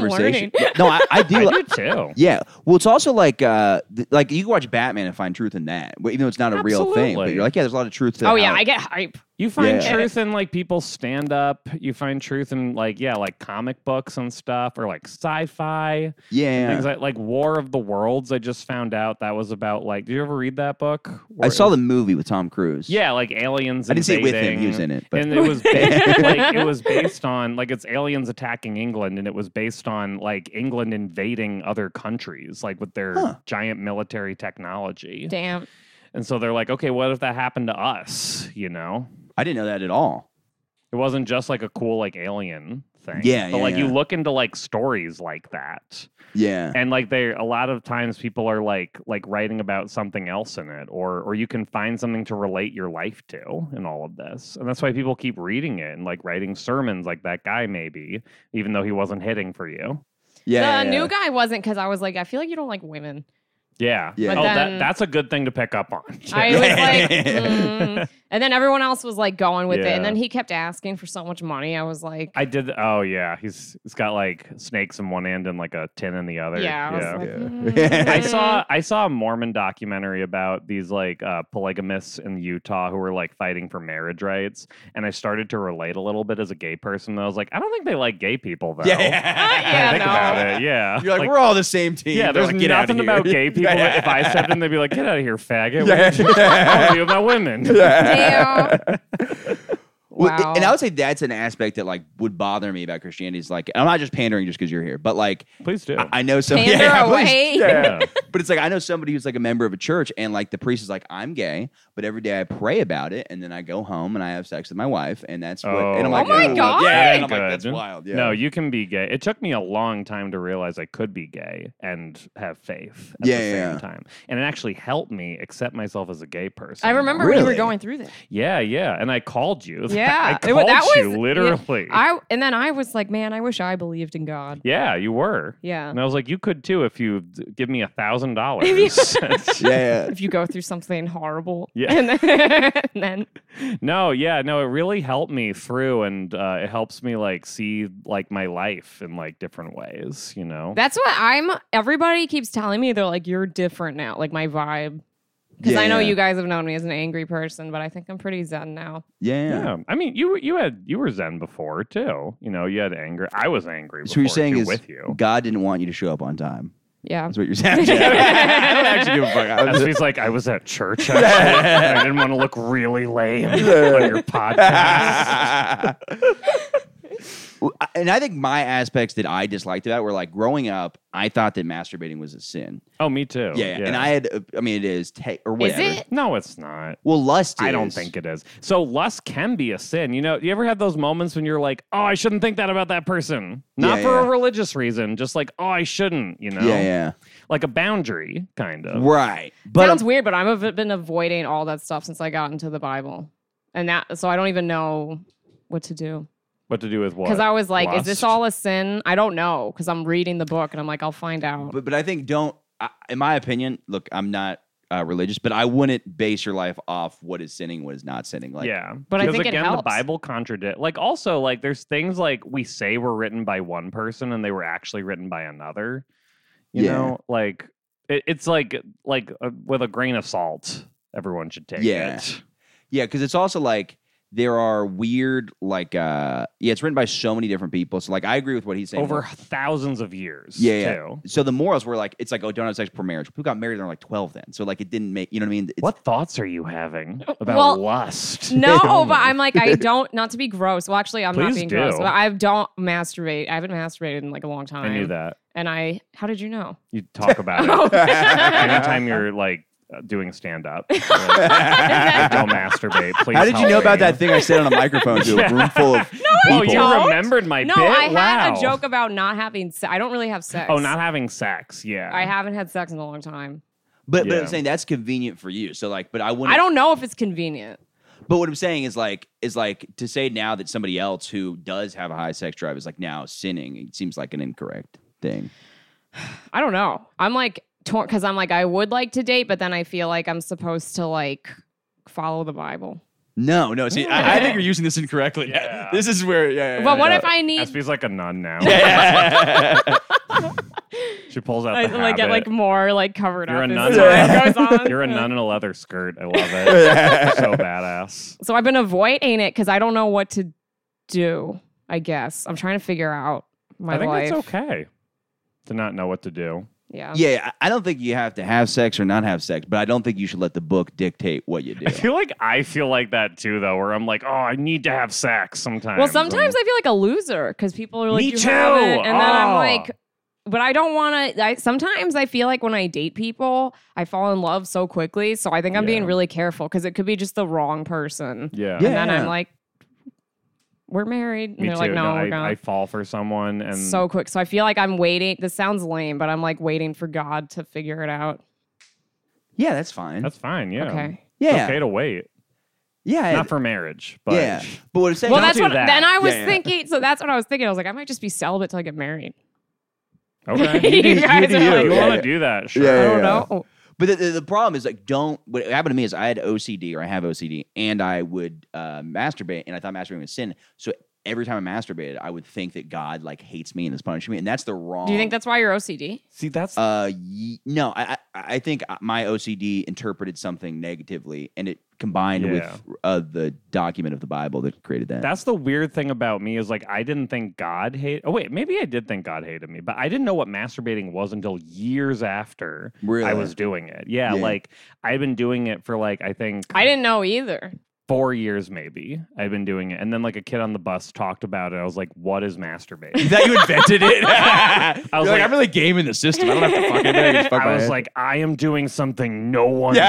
E: learning.
D: conversation. Yeah, no, I, I do.
F: I
D: li-
F: do too.
D: yeah, well, it's also like uh, th- like you can watch Batman and find truth in that, w- even though it's not a real thing. But
F: Absolutely.
D: you're like, yeah, there's a lot of truth. To
E: oh yeah,
D: how-
E: I get hype.
F: You find
D: Yeah.
F: truth in like people stand up. You find truth in like yeah, like comic books and stuff, or like sci-fi
D: yeah.
F: things like like War of the Worlds. I just found out that was about like. Did you ever read that book?
D: I
F: Where it
D: saw
F: was-
D: the movie with Tom Cruise.
F: Yeah, like aliens.
D: I didn't see it with him.
F: invading.
D: He was in it, but
F: and it was ba- like it was based on like it's aliens attacking England, and it was based on like England invading other countries, like with their
D: Huh.
F: giant military technology.
E: Damn,
F: And so they're like, okay, what if that happened to us? You know,
D: I didn't know that at all.
F: it wasn't just like a cool like alien thing.
D: Yeah,
F: but
D: yeah,
F: like you
D: yeah.
F: look into like stories like that,
D: Yeah,
F: and like they a lot of times people are like like writing about something else in it or or you can find something to relate your life to in all of this and that's why people keep reading it and like writing sermons like that guy maybe even though he wasn't hitting for you
D: yeah.
E: the
D: yeah,
E: new guy wasn't because I was like, I feel like you don't like women.
F: yeah,
D: Yeah. But
F: oh that,
E: then-
F: that's a good thing to pick up on
E: I
F: too.
E: was like, mm. and then everyone else was like going with it,
F: Yeah.
E: and then he kept asking for so much money. I was like,
F: I did. Oh yeah, he's he's got like snakes in one end and like a tin in the other.
E: yeah, I was like,
D: Yeah.
E: mm.
F: I saw I saw a Mormon documentary about these like uh, polygamists in Utah who were like fighting for marriage rights, and I started to relate a little bit as a gay person. I was like, I don't think they like gay people though.
D: Yeah,
E: Uh,
F: When I
E: yeah,
F: think
E: no.
F: about it. Yeah,
D: You're like, we're all the same team.
F: yeah.
D: They're
F: There's
D: like, "Get out of
F: nothing
D: here."
F: about gay people. that if I said them, they'd be like, get out of here, faggot. What are you
D: yeah.
F: telling me about women?
E: Damn.
D: Well, it-
E: wow.
D: and I would say that's an aspect that like would bother me about Christianity. Is like, I'm not just pandering just because you're here, but like
F: Please do.
D: I, I know some.
E: Pander
D: please.
E: away.
D: Yeah.
F: Yeah.
D: but it's like I know somebody who's like a member of a church, and like the priest is like, I'm gay, but every day I pray about it, and then I go home and I have sex with my wife, and that's what. And I'm
F: Oh.
D: like,
E: Oh my
D: "Ooh,
E: God.
D: Yeah,
F: That
D: and I'm
F: ain't
D: like, that's
F: good.
D: wild. Yeah.
F: No, you can be gay. It took me a long time to realize I could be gay and have faith at
D: Yeah,
F: the
D: yeah,
F: same
D: yeah.
F: time. And it actually helped me accept myself as a gay person.
E: I remember we
D: Really?
E: were going through that.
F: Yeah, yeah. And I called you.
E: Yeah,
F: I
E: it wa-
F: called
E: that
F: you
E: was- yeah,
F: literally. Yeah,
E: I and then I was like, man, I wish I believed in God.
F: you were.
E: Yeah.
F: And I was like, you could too if you d- give me a thousand dollars.
D: Yeah.
E: If you go through something horrible.
F: Yeah.
E: And then, and then-
F: No, yeah, no, it really helped me through, and uh, it helps me like see like my life in like different ways, you know.
E: that's what I'm everybody keeps telling me they're like, you're different now, like my vibe. Because
D: Yeah,
E: I know
D: yeah.
E: you guys have known me as an angry person, but I think I'm pretty zen now.
D: Yeah.
F: Yeah, I mean, you you had you were Zen before too. You know, you had anger. I was angry.
D: So what you're
F: before,
D: saying
F: too,
D: is
F: with you.
D: God didn't want you to show up on time.
E: Yeah.
D: That's what you're saying. I don't actually give a fuck. I
F: And so
D: was-
F: he's like, I was at church. Actually, and I didn't want to look really lame on your podcast.
D: Well, I- and I think my aspects that I disliked about it were like growing up, I thought that masturbating was a sin.
F: Oh, me too.
D: Yeah, and I had, uh, I mean, it is ta- or
E: Is
D: whatever.
E: it?
F: No, it's not.
D: Well, lust.
F: I don't
D: is.
F: think it is. So lust can be a sin. You know, you ever have those moments when you're like, oh, I shouldn't think that about that person, not
D: Yeah,
F: for
D: yeah.
F: a religious reason, just like, oh, I shouldn't. You know,
D: Yeah,
F: like a boundary kind
D: yeah,
F: of.
D: right. But
E: Sounds
D: um,
E: weird, but I've av- been avoiding all that stuff since I got into the Bible. And that so I don't even know what to do.
F: What to do with what?
E: Because I was like, is
F: Lust?
E: this all a sin? I don't know. Because I'm reading the book and I'm like, I'll find out.
D: but, but I think don't. I, in my opinion, look, I'm not uh, religious, but I wouldn't base your life off what is sinning, what is not sinning. Like,
F: yeah,
E: But I
F: Because
E: think it
F: again, the
E: helps.
F: Bible contradict. Like also, like there's things like we say were written by one person and they were actually written by another. You
D: Yeah.
F: know, like it, it's like like uh, with a grain of salt. Everyone should take
D: Yeah.
F: it.
D: Yeah, because it's also like there are weird, like, uh yeah, it's written by so many different people. So, like, I agree with what he's saying.
F: over thousands of years.
D: Yeah, yeah.
F: too.
D: So the morals were like, it's like, oh, don't have sex before marriage. People got married when they were like 12 then. So, like, it didn't make, you know what I mean? It's,
F: What thoughts are you having about
E: well,
F: lust?
E: No,
F: Tell
E: but
F: me.
E: I'm like, I don't, not to be gross. Well, actually, I'm not
F: Please
E: being
F: do.
E: gross, but I don't masturbate. I haven't masturbated in like a long time.
F: I knew that.
E: And I, how did you know?
F: You talk about it
E: Oh.
F: anytime you're like uh, doing stand up. don't masturbate, please.
D: How did you
F: help
D: know about
F: me.
D: that thing I said on a microphone to a room full of people?
F: Oh,
E: don't.
F: you remembered my
E: no,
F: bit?
E: I had
F: Wow.
E: a joke about not having sex. I don't really have sex.
F: Oh, not having sex. Yeah.
E: I haven't had sex in a long time.
D: But, but
F: Yeah.
D: I'm saying that's convenient for you. So like, but I wouldn't.
E: I don't know if it's convenient.
D: But what I'm saying is like is like to say now that somebody else who does have a high sex drive is like now sinning. It seems like an incorrect thing.
E: I don't know. I'm like torn because I'm like I would like to date, but then I feel like I'm supposed to like follow the Bible.
D: No, no. See, I, I think you're using this incorrectly.
F: Yeah.
D: This is where. Yeah. yeah,
E: But what
D: yeah.
E: if I need
F: SB's like a nun now. she pulls out
E: I,
F: the
E: like get like
F: habit.
E: more like covered
F: You're
E: up?
F: a
E: as time
F: nun.
E: goes on.
F: You're a nun in a leather skirt. I love it. so badass.
E: So I've been avoiding it because I don't know what to do. I guess I'm trying to figure out my
F: I think
E: life.
F: it's okay to not know what to do.
E: Yeah.
D: Yeah, I I don't think you have to have sex or not have sex, but I don't think you should let the book dictate what you do.
F: I feel like I feel like that too, though, where I'm like, oh, I need to have sex sometimes.
E: Well, sometimes I feel like a loser because people are like,
F: Me
E: you
F: too!
E: haven't," and then I'm
F: Oh.
E: like, but I don't want to. I sometimes I feel like when I date people, I fall in love so quickly. So I think I'm being
F: Yeah.
E: really careful because it could be just the wrong person.
F: yeah.
D: Yeah.
E: And then I'm like, we're married, and
F: Me
E: they're
F: too.
E: like, no, we're
F: I,
E: not.
F: I fall for someone, and
E: so quick. So I feel like I'm waiting. This sounds lame, but I'm like waiting for God to figure it out.
D: yeah, that's fine.
F: that's fine. Yeah,
E: Okay.
F: It's
D: yeah,
F: okay to wait.
D: yeah,
F: Not for marriage, but
D: yeah. But what I'm saying,
E: Well,
F: Don't
E: that's
F: do
E: what.
F: that.
E: Then I was
D: Yeah, yeah.
E: thinking. So that's what I was thinking. I was like, I might just be celibate till I get married.
F: okay.
E: you guys
D: do
E: are
D: you.
E: like,
F: you
D: Yeah,
F: want
D: yeah.
F: to do that? Sure.
D: Yeah,
E: I
D: yeah,
E: don't
D: yeah.
E: know.
D: But the, the, the problem is like, don't. What happened to me is I had OCD or I have OCD, and I would uh, masturbate, and I thought masturbating was sin. So every time I masturbated, I would think that God like hates me and is punishing me, and that's the wrong.
E: Oh, Do you think that's why you're OCD?
F: See, that's
D: Uh, ye- no, I, I I think my OCD interpreted something negatively, and it combined
F: Yeah.
D: with uh, the document of the Bible that created that.
F: that's the weird thing about me is like I didn't think God hate. Oh wait, maybe I did think God hated me, but I didn't know what masturbating was until years after
D: Really?
F: I was doing it. Yeah,
D: Yeah.
F: like I've been doing it for like I think
E: I didn't know either.
F: four years maybe. I've been doing it, and then like a kid on the bus talked about it. I was like, "What is masturbating?"
D: that you invented it. I was
F: like, "I'm
D: really gaming the system. I don't have to fucking
F: I was like, "I am doing something no one's done."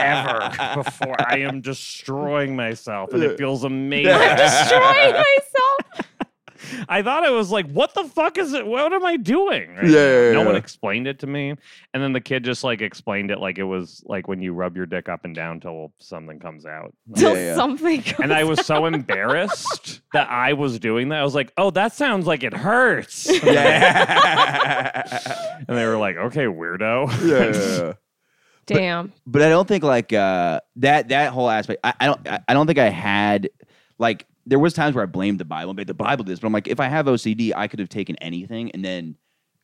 F: ever before. I am destroying myself, and it feels amazing.
E: Destroying myself.
F: I thought I was like, "What the fuck is it? What am I doing?" right
D: Yeah,
F: now?"
D: yeah,
F: no one
D: yeah.
F: explained it to me, and then the kid just like explained it like it was like when you rub your dick up and down till something comes out.
E: Till
D: yeah.
E: something. Comes.
F: And I was so embarrassed that I was doing that. I was like, "Oh, that sounds like it hurts." And they were like, "Okay, weirdo."
D: yeah.
E: Damn.
D: but I don't think like uh, that that whole aspect. I, I don't I, I don't think I had like there was times where I blamed the Bible, but the Bible did this. But I'm like, if I have OCD, I could have taken anything and then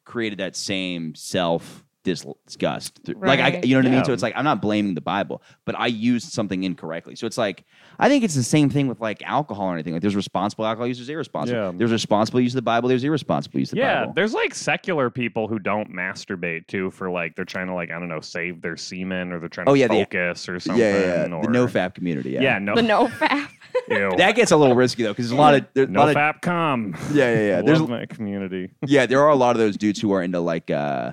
D: created that same self disgust. through- Like I,
E: Right.
D: you know what I mean.
F: Yeah.
D: So it's like I'm not blaming the Bible, but I used something incorrectly. So it's like I think it's the same thing with like alcohol or anything. Like there's responsible alcohol users, irresponsible.
F: Yeah.
D: There's responsible use of the Bible. There's irresponsible use of the
F: Yeah,
D: Bible.
F: there's like secular people who don't masturbate too for like they're trying to like I don't know save their semen or they're trying
D: Oh,
F: to
D: yeah, the-
F: focus or
D: Yeah,
F: something.
D: yeah, yeah.
F: Or,
D: the nofap community. Yeah,
F: Yeah, no.
E: The no fap.
F: ew.
D: that gets a little risky though because there's a lot of there's a lot of
F: nofap com.
D: yeah, yeah, yeah.
F: Love
D: There's
F: my community.
D: yeah, there are a lot of those dudes who are into like uh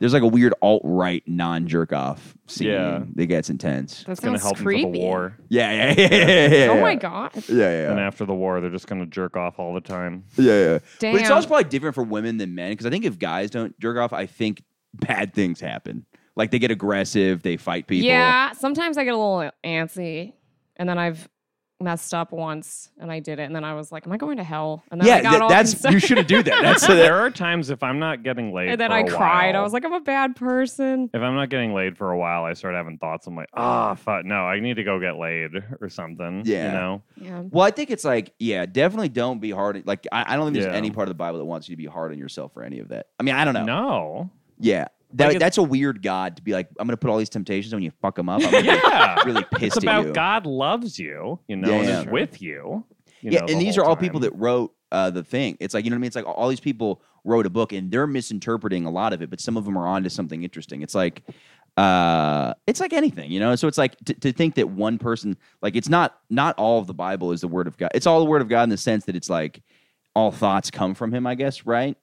D: there's like a weird alt right non jerk off scene
F: Yeah.
D: that gets intense.
E: That
F: It's gonna
E: sounds
F: help
E: creepy.
F: them for the war.
D: Yeah, yeah, yeah, yeah, yeah, yeah.
E: Oh my
D: yeah.
E: god.
D: Yeah,
F: And
D: yeah,
F: after the war, they're just gonna jerk off all the time.
D: yeah, yeah. But it's
E: Damn.
D: also probably different for women than men because I think if guys don't jerk off, I think bad things happen. Like they get aggressive, they fight people.
E: Yeah. Sometimes I get a little antsy, and then I've messed up once, and I did it, and then I was like, "Am I going to hell?" And then I
D: yeah.
E: got
D: that-
E: all
D: that's
E: concerned,
D: you shouldn't do that. That's
F: there are times if I'm not getting laid,
E: and then
F: for
E: I
F: a
E: cried. I
F: while-
E: was like, "I'm a bad person."
F: If I'm not getting laid for a while, I start having thoughts. I'm like, ah, fuck, no, I need to go get laid or something.
D: Yeah.
F: You know?
E: Yeah.
D: well, I think it's like yeah, definitely don't be hard. Like I, I don't think there's
F: Yeah.
D: any part of the Bible that wants you to be hard on yourself or any of that. I mean, I don't know.
F: No.
D: Yeah. That,
F: Like, it's-
D: that's a weird God to be like, I'm going to put all these temptations on you, fuck them up. I'm gonna get
F: Yeah.
D: really pissed
F: it's about
D: at you.
F: God loves you, you know,
D: Yeah,
F: and
D: yeah.
F: is with you. you
D: yeah.
F: know, the
D: and these are
F: whole
D: all
F: time.
D: people that wrote uh, the thing. It's like, you know what I mean? It's like all these people wrote a book and they're misinterpreting a lot of it, but some of them are onto something interesting. It's like, uh, it's like anything, you know? So it's like to, to think that one person, like, it's not, not all of the Bible is the word of God. It's all the word of God in the sense that it's like all thoughts come from him, I guess, right?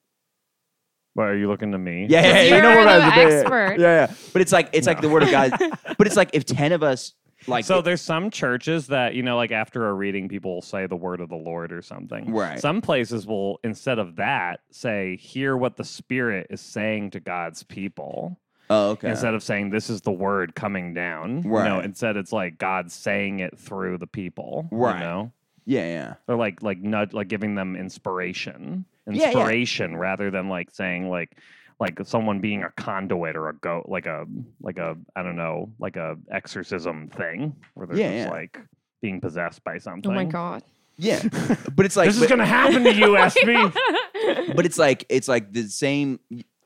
F: But are you looking to me?
D: Yeah, yeah, yeah, you
E: You're
D: know what I
E: the
D: was yeah,
E: expert.
D: Yeah, yeah, yeah. But it's like it's like the word of God. but it's like if ten of us like
F: so there's some churches that you know like after a reading people will say the word of the lord or something
D: Right.
F: some places will instead of that say hear what the spirit is saying to god's people
D: oh okay.
F: instead of saying this is the word coming down you know
D: Right.
F: instead it's like god saying it through the people
D: Right.
F: you know
D: yeah, yeah.
F: or like like nudge like giving them inspiration
D: yeah.
F: inspiration rather than like saying like like someone being a conduit or a go like a like a i don't know like a exorcism thing where they're
D: Yeah,
F: just
D: yeah.
F: like being possessed by something
E: Oh my god.
D: Yeah. But it's like
F: this
D: but,
F: is gonna happen to you sb
D: but it's like it's like the same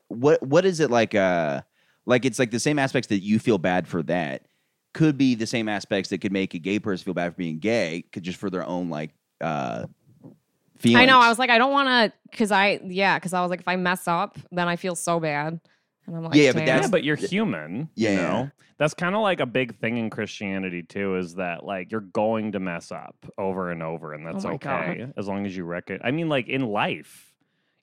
D: what what is it like uh like it's like the same aspects that you feel bad for that could be the same aspects that could make a gay person feel bad for being gay could just for their own like uh feelings.
E: I know. I was like, I don't want to, because I, yeah, because I was like, if I mess up, then I feel so bad. And I'm like,
D: Yeah, but
E: "Damn."
D: that's-
F: yeah but you're human
D: Yeah,
F: you
D: yeah.
F: know that's kind of like a big thing in christianity too is that like you're going to mess up over and over and
D: Oh
F: that's
E: my God.
F: okay as long as you reckon i mean like in life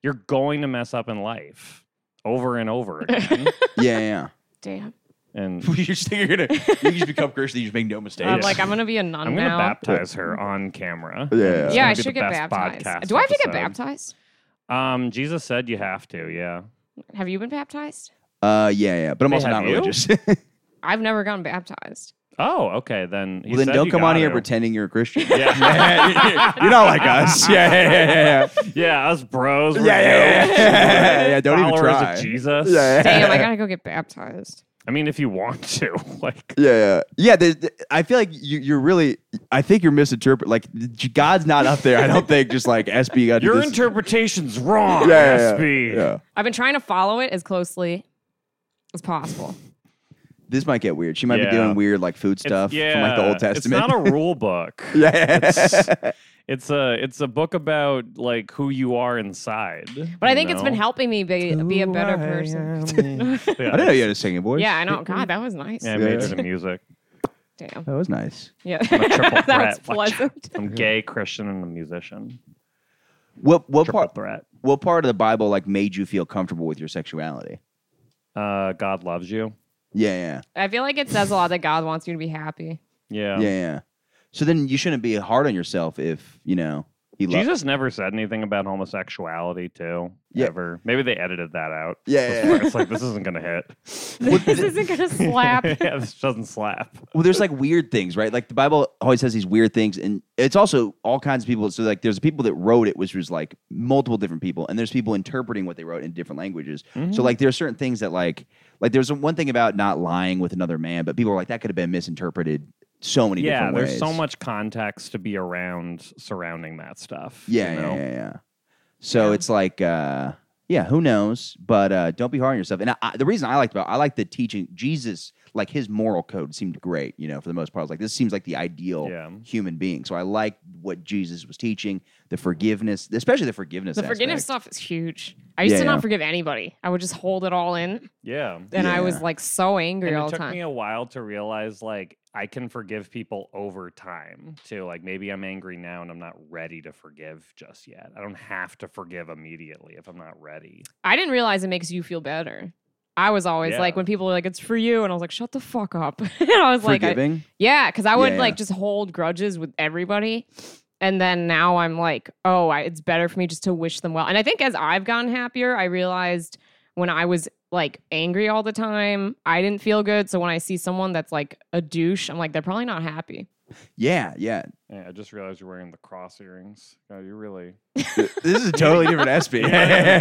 F: you're going to mess up in life over and over again
D: yeah, yeah.
E: damn.
F: and
D: you just think you're gonna you just become Christian, you just make no mistakes.
E: I'm like, I'm gonna be a nun
F: i'm gonna
E: now.
F: baptize her on camera
D: Yeah.
F: It's
E: yeah,
F: gonna
E: I
F: be the
E: should get
F: best
E: baptized.
F: podcast
E: Do I have to get
F: episode.
E: baptized?
F: um jesus said you have to yeah
E: Have you been baptized?
D: Uh, yeah, yeah, but I'm
F: They
D: also
F: have
D: not
F: you?
D: religious.
E: I've never gotten baptized.
F: oh okay then he
D: well, then
F: said
D: don't
F: you
D: come on
F: gotta.
D: here pretending you're a Christian.
F: yeah
D: you're not like us. Yeah, yeah, yeah, yeah.
F: yeah us bros we're
D: Yeah, yeah,
F: dope.
D: yeah, yeah, yeah, don't even
F: Followers
D: try.
F: of jesus
D: Yeah, yeah.
E: Damn, I gotta go get baptized.
F: I mean, if you want to, like,
D: Yeah, yeah, yeah. There's, th- I feel like you, you're really. I think you're misinterpreting. Like th- God's not up there. I don't think just like SB got
F: your
D: this.
F: interpretation's
D: Yeah,
F: wrong,
D: yeah, yeah,
F: SB.
D: yeah.
E: I've been trying to follow it as closely as possible.
D: This might get weird. She might
F: Yeah.
D: be doing weird like food
F: It's-
D: stuff from like the
F: yeah,
D: Old Testament.
F: It's not a rule book.
D: yeah,
F: It's, it's a it's a book about like who you are inside.
E: But I
F: you
E: think it's been
F: know?
E: helping me be, be a better person.
F: Yeah.
D: I didn't know you had a singing voice.
E: Yeah, I know. God, that was nice.
F: Yeah, I majored in music.
E: Damn.
D: that was nice.
E: Yeah.
F: I'm a triple
E: that was
F: threat. Watch out.
E: pleasant.
F: I'm gay, Christian, and a musician.
D: What what
F: Triple
D: part?
F: threat.
D: What part of the Bible like made you feel comfortable with your sexuality?
F: Uh, God loves you.
D: Yeah,
E: I feel like it says a lot that God wants you to be happy.
F: Yeah.
D: yeah, yeah, yeah. So then you shouldn't be hard on yourself if you know he loves.
F: Jesus never said anything about homosexuality too.
D: Yeah.
F: Ever. Maybe they edited that out.
D: Yeah,
F: That's
D: yeah,
F: why It's like this isn't gonna hit.
E: this isn't gonna slap.
F: yeah, this doesn't slap.
D: well, there's like weird things, right? Like the Bible always has these weird things, and it's also all kinds of people. So like, there's people that wrote it, which was like multiple different people, and there's people interpreting what they wrote in different languages. So
F: Mm.
D: like, there are certain things that like, like there's one thing about not lying with another man, but people are like that could have been misinterpreted so many
F: Yeah,
D: different
F: there's
D: ways.
F: so much context to be around surrounding that stuff. you
D: Yeah,
F: know?
D: yeah, yeah, yeah. So it's like, uh, yeah, who knows? But uh, don't be hard on yourself. And I, I, the reason I liked about I like the teaching Jesus, like his moral code seemed great. You know, for the most part, I was like, this seems like the ideal
F: Yeah.
D: human being. So I like what Jesus was teaching, the forgiveness, especially the forgiveness.
E: The forgiveness
D: aspect.
E: stuff is huge. I used
D: Yeah,
E: to
D: yeah.
E: not forgive anybody. I would just hold it all in,
F: Yeah.
E: and I
D: Yeah.
E: was like so angry
F: And
E: all
F: it
E: the
F: took
E: time.
F: me a while to realize like I can forgive people over time too. Like maybe I'm angry now and I'm not ready to forgive just yet. I don't have to forgive immediately if I'm not ready.
E: I didn't realize it makes you feel better. I was always
F: Yeah.
E: like, when people were like, "It's for you," and I was like, "Shut the fuck up!" and I was like, I,
D: forgiving.
E: "Yeah," because I would
D: Yeah,
E: like
D: yeah.
E: just hold grudges with everybody, and then now I'm like, "Oh, I, it's better for me just to wish them well." And I think as I've gotten happier, I realized when I was like angry all the time, I didn't feel good. So when I see someone that's like a douche, I'm like, they're probably not happy.
D: yeah, yeah.
F: Yeah, I just realized you're wearing the cross earrings. God, you really
D: this is a totally different aspect.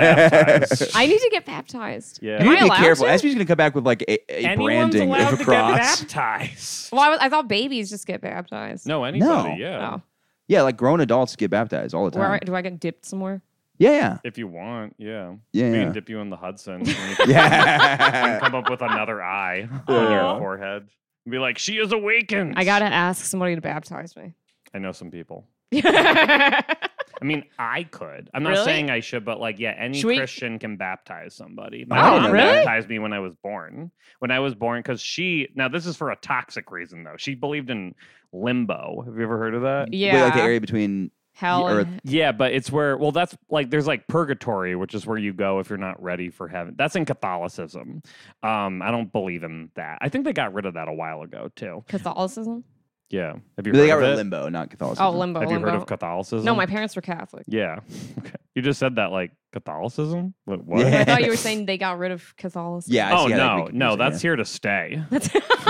F: Baptized.
E: I need to get baptized.
F: Yeah.
E: Am
D: You need
E: I
D: to be
E: allowed
D: careful.
E: to?
D: Espy's gonna come back with like a, a
F: Anyone's
D: branding
F: allowed
D: of a
F: to get
D: cross.
F: baptized.
E: Well, I, was, I thought babies just get baptized.
F: No, anybody,
D: No.
F: yeah.
E: Oh.
D: Yeah, like grown adults get baptized all the
E: Where
D: time.
E: do I get dipped somewhere?
D: Yeah, yeah,
F: If you want, yeah.
D: yeah.
F: We
D: yeah.
F: can dip you in the Hudson. and you can
D: Yeah.
F: come up with another eye on
E: Aw.
F: your forehead. And be like, she is awakened.
E: I gotta ask somebody to baptize me.
F: I know some people.
E: Should
F: I mean, I could. I'm not
E: Really?
F: saying I should, but like, yeah, any
E: Should we-
F: Christian can baptize somebody. My
D: Oh,
F: mom
E: really?
F: baptized me when I was born. When I was born, because she now this is for a toxic reason though. She believed in limbo. Have you ever heard of that?
E: yeah.
D: Wait, like the area between
E: hell
D: The
E: and-
D: earth.
F: Yeah, but it's where well that's like there's like purgatory, which is where you go if you're not ready for heaven. That's in Catholicism. Um I don't believe in that. I think they got rid of that a while ago too.
E: Catholicism.
F: Yeah. Have you
D: They
F: heard
D: got
F: of
D: rid of
F: it?
D: limbo, not Catholicism.
E: Oh, limbo.
F: Have you
E: limbo.
F: heard of Catholicism?
E: no, my parents were Catholic.
F: Yeah. Okay. You just said that like Catholicism? What? what?
D: Yeah.
E: I thought you were saying they got rid of Catholicism.
D: Yeah. I
F: Oh
D: see how that'd
F: no,
D: be
F: no,
D: confusing,
F: that's here to stay
D: yeah.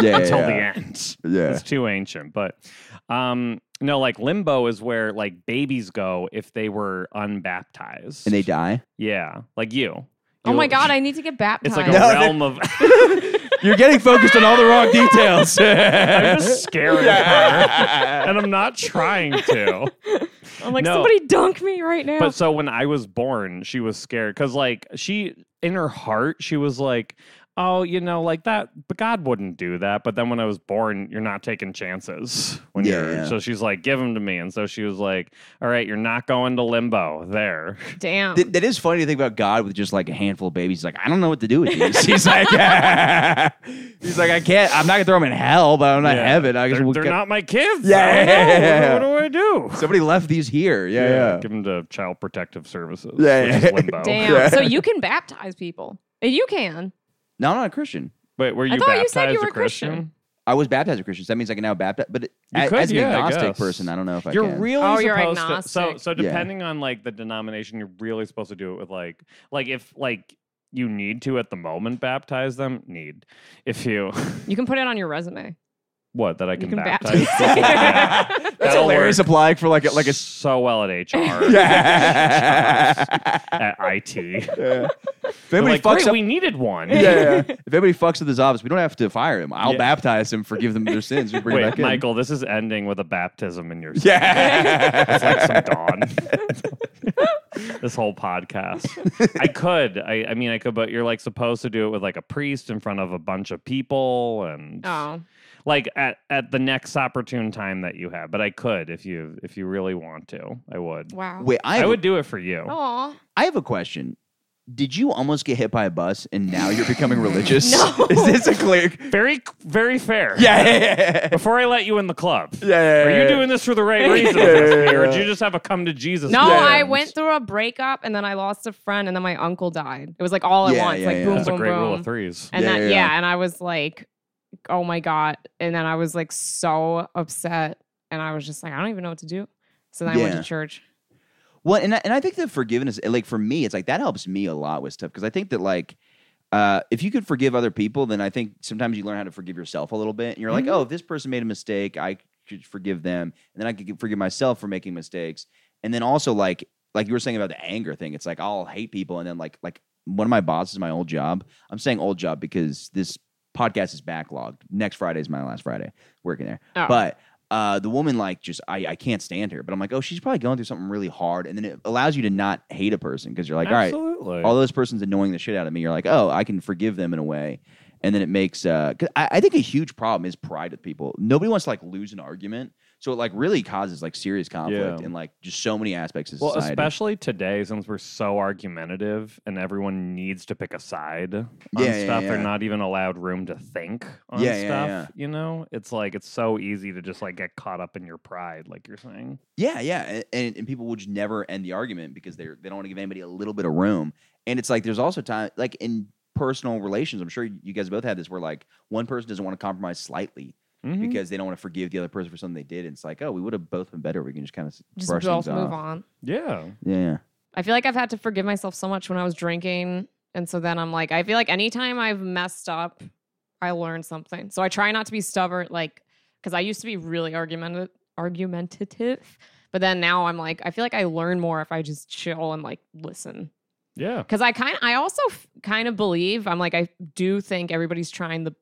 D: yeah,
F: until
D: yeah,
F: the end.
D: yeah.
F: It's too ancient, but um no, like limbo is where like babies go if they were unbaptized.
D: And they die.
F: Yeah, like you.
E: Oh my
F: You-
E: god, I need to get baptized.
F: It's like a
D: No,
F: realm of.
D: You're getting focused on all the wrong details.
F: I'm just scaring her, and I'm not trying to.
E: I'm like,
F: No.
E: somebody dunk me right now.
F: But so when I was born, she was scared because, like, she in her heart, she was like, "Oh, you know, like that, but God wouldn't do that." But then when I was born, you're not taking chances when
D: Yeah.
F: you're. So she's like, "Give him to me," and so she was like, "All right, you're not going to limbo there."
E: Damn.
D: Th- that is funny to think about God with just like a handful of babies. He's like, I don't know what to do with these. He's like, he's like, I can't. I'm not gonna throw them in hell, but I'm not
F: Yeah.
D: heaven. I guess
F: They're,
D: we'll
F: they're
D: get-
F: not my kids. I don't
D: Yeah.
F: know. What, do- what do I do?
D: Somebody left these here. Yeah, yeah.
F: Give them to child protective services.
D: Yeah,
F: which is
D: yeah.
F: limbo.
E: Damn.
D: Yeah.
E: So you can baptize people. You can.
D: No, I'm not a Christian.
F: Wait, were you
E: I thought you
F: baptized
E: said you were
F: a
E: a Christian.
F: Christian?
D: I was baptized a Christian. So that means I can now baptize. But a-
F: could,
D: as an
F: yeah, I
D: agnostic
F: guess.
D: person, I don't know if I
F: You're
D: can.
F: really
E: Oh,
F: supposed
E: you're
F: to. So,
E: agnostic.
F: so
D: Yeah.
F: depending on like the denomination, you're really supposed to do it with like, like if like you need to at the moment baptize them. Need if you
E: You can put it on your resume.
F: what that I
E: You
F: can,
E: can
F: baptize.
E: baptize.
F: Yeah.
D: That's
F: That'll
D: hilarious.
F: work.
D: Applying for like a, like a.
F: so well at HR.
D: Yeah.
F: At IT, They're
D: Yeah. If anybody
F: like,
D: fucks
F: "Great,
D: up,
F: we needed one.
D: yeah, yeah. If anybody fucks with his office, we don't have to fire him. I'll
F: Yeah.
D: baptize him, forgive them their sins. We bring him
F: Wait,
D: back in.
F: Michael, this is ending with a baptism in your. Yeah. It's
D: Yeah.
F: like some dawn. this whole podcast. I could. I, I mean, I could, but you're like supposed to do it with like a priest in front of a bunch of people and
E: Oh.
F: like at, at the next opportune time that you have. But I could if you if you really want to. I would.
E: Wow.
D: Wait, I,
F: I
D: have,
F: would do it for you.
E: Aw.
D: I have a question. Did you almost get hit by a bus and now you're becoming religious?
E: No.
D: Is this a clear?
F: Very very fair.
D: Yeah. Yeah. Yeah. yeah.
F: Before I let you in the club.
D: yeah,
F: Are
D: yeah.
F: you doing this for the right reasons,
D: Yeah, yeah,
F: Anthony, or
D: yeah.
F: did you just have a come to Jesus?
E: No,
F: moment?
E: I went through a breakup and then I lost a friend and then my uncle died. It was like all at
D: Yeah,
E: once,
D: yeah,
E: like
D: yeah.
E: boom,
F: That's a
E: boom,
F: great
E: boom.
F: rule of threes.
E: And
D: Yeah,
E: that,
D: yeah,
E: yeah,
D: yeah.
E: and I was like, oh my God. And then I was like so upset. And I was just like, I don't even know what to do. So then I went
D: Yeah.
E: to church.
D: Well, and I, and I think that forgiveness, like for me, it's like that helps me a lot with stuff because I think that like uh, if you could forgive other people, then I think sometimes you learn how to forgive yourself a little bit, and you're like, oh, if this person made a mistake, I could forgive them, and then I could forgive myself for making mistakes, and then also like like you were saying about the anger thing, it's like I'll hate people, and then like like one of my bosses, my old job, I'm saying old job because this podcast is backlogged. Next Friday is my last Friday working there.
E: Oh.
D: But uh, the woman, like, just I, I can't stand her. But I'm like, oh, she's probably going through something really hard, and then it allows you to not hate a person because you're like, all right,
F: Absolutely.
D: although this person's annoying the shit out of me, you're like, oh, I can forgive them in a way, and then it makes. Uh, 'cause I, I think a huge problem is pride with people. Nobody wants to like lose an argument, so it like really causes like serious conflict
F: Yeah.
D: in like just so many aspects of
F: Well,
D: society.
F: especially today, since we're so argumentative and everyone needs to pick a side on
D: Yeah, yeah,
F: stuff, they're
D: yeah.
F: not even allowed room to think on
D: Yeah,
F: stuff.
D: yeah, yeah.
F: You know, it's like it's so easy to just like get caught up in your pride, like you're saying.
D: Yeah, yeah, a- and, and people will just never end the argument because they're they don't want to give anybody a little bit of room. And it's like there's also time like in personal relations. I'm sure you guys both had this where like one person doesn't want to compromise slightly
F: Mm-hmm.
D: because they don't want to forgive the other person for something they did. And it's like, oh, we would have both been better. We can just kind of
E: Just
D: brush
E: both
D: things
E: move
D: off.
E: on.
F: Yeah.
D: Yeah, yeah.
E: I feel like I've had to forgive myself so much when I was drinking. And so then I'm like, I feel like anytime I've messed up, I learn something. So I try not to be stubborn, like, because I used to be really argumentative, argumentative. But then now I'm like, I feel like I learn more if I just chill and like listen.
F: Yeah.
E: Because I kind, I also f- kind of believe I'm like, I do think everybody's trying the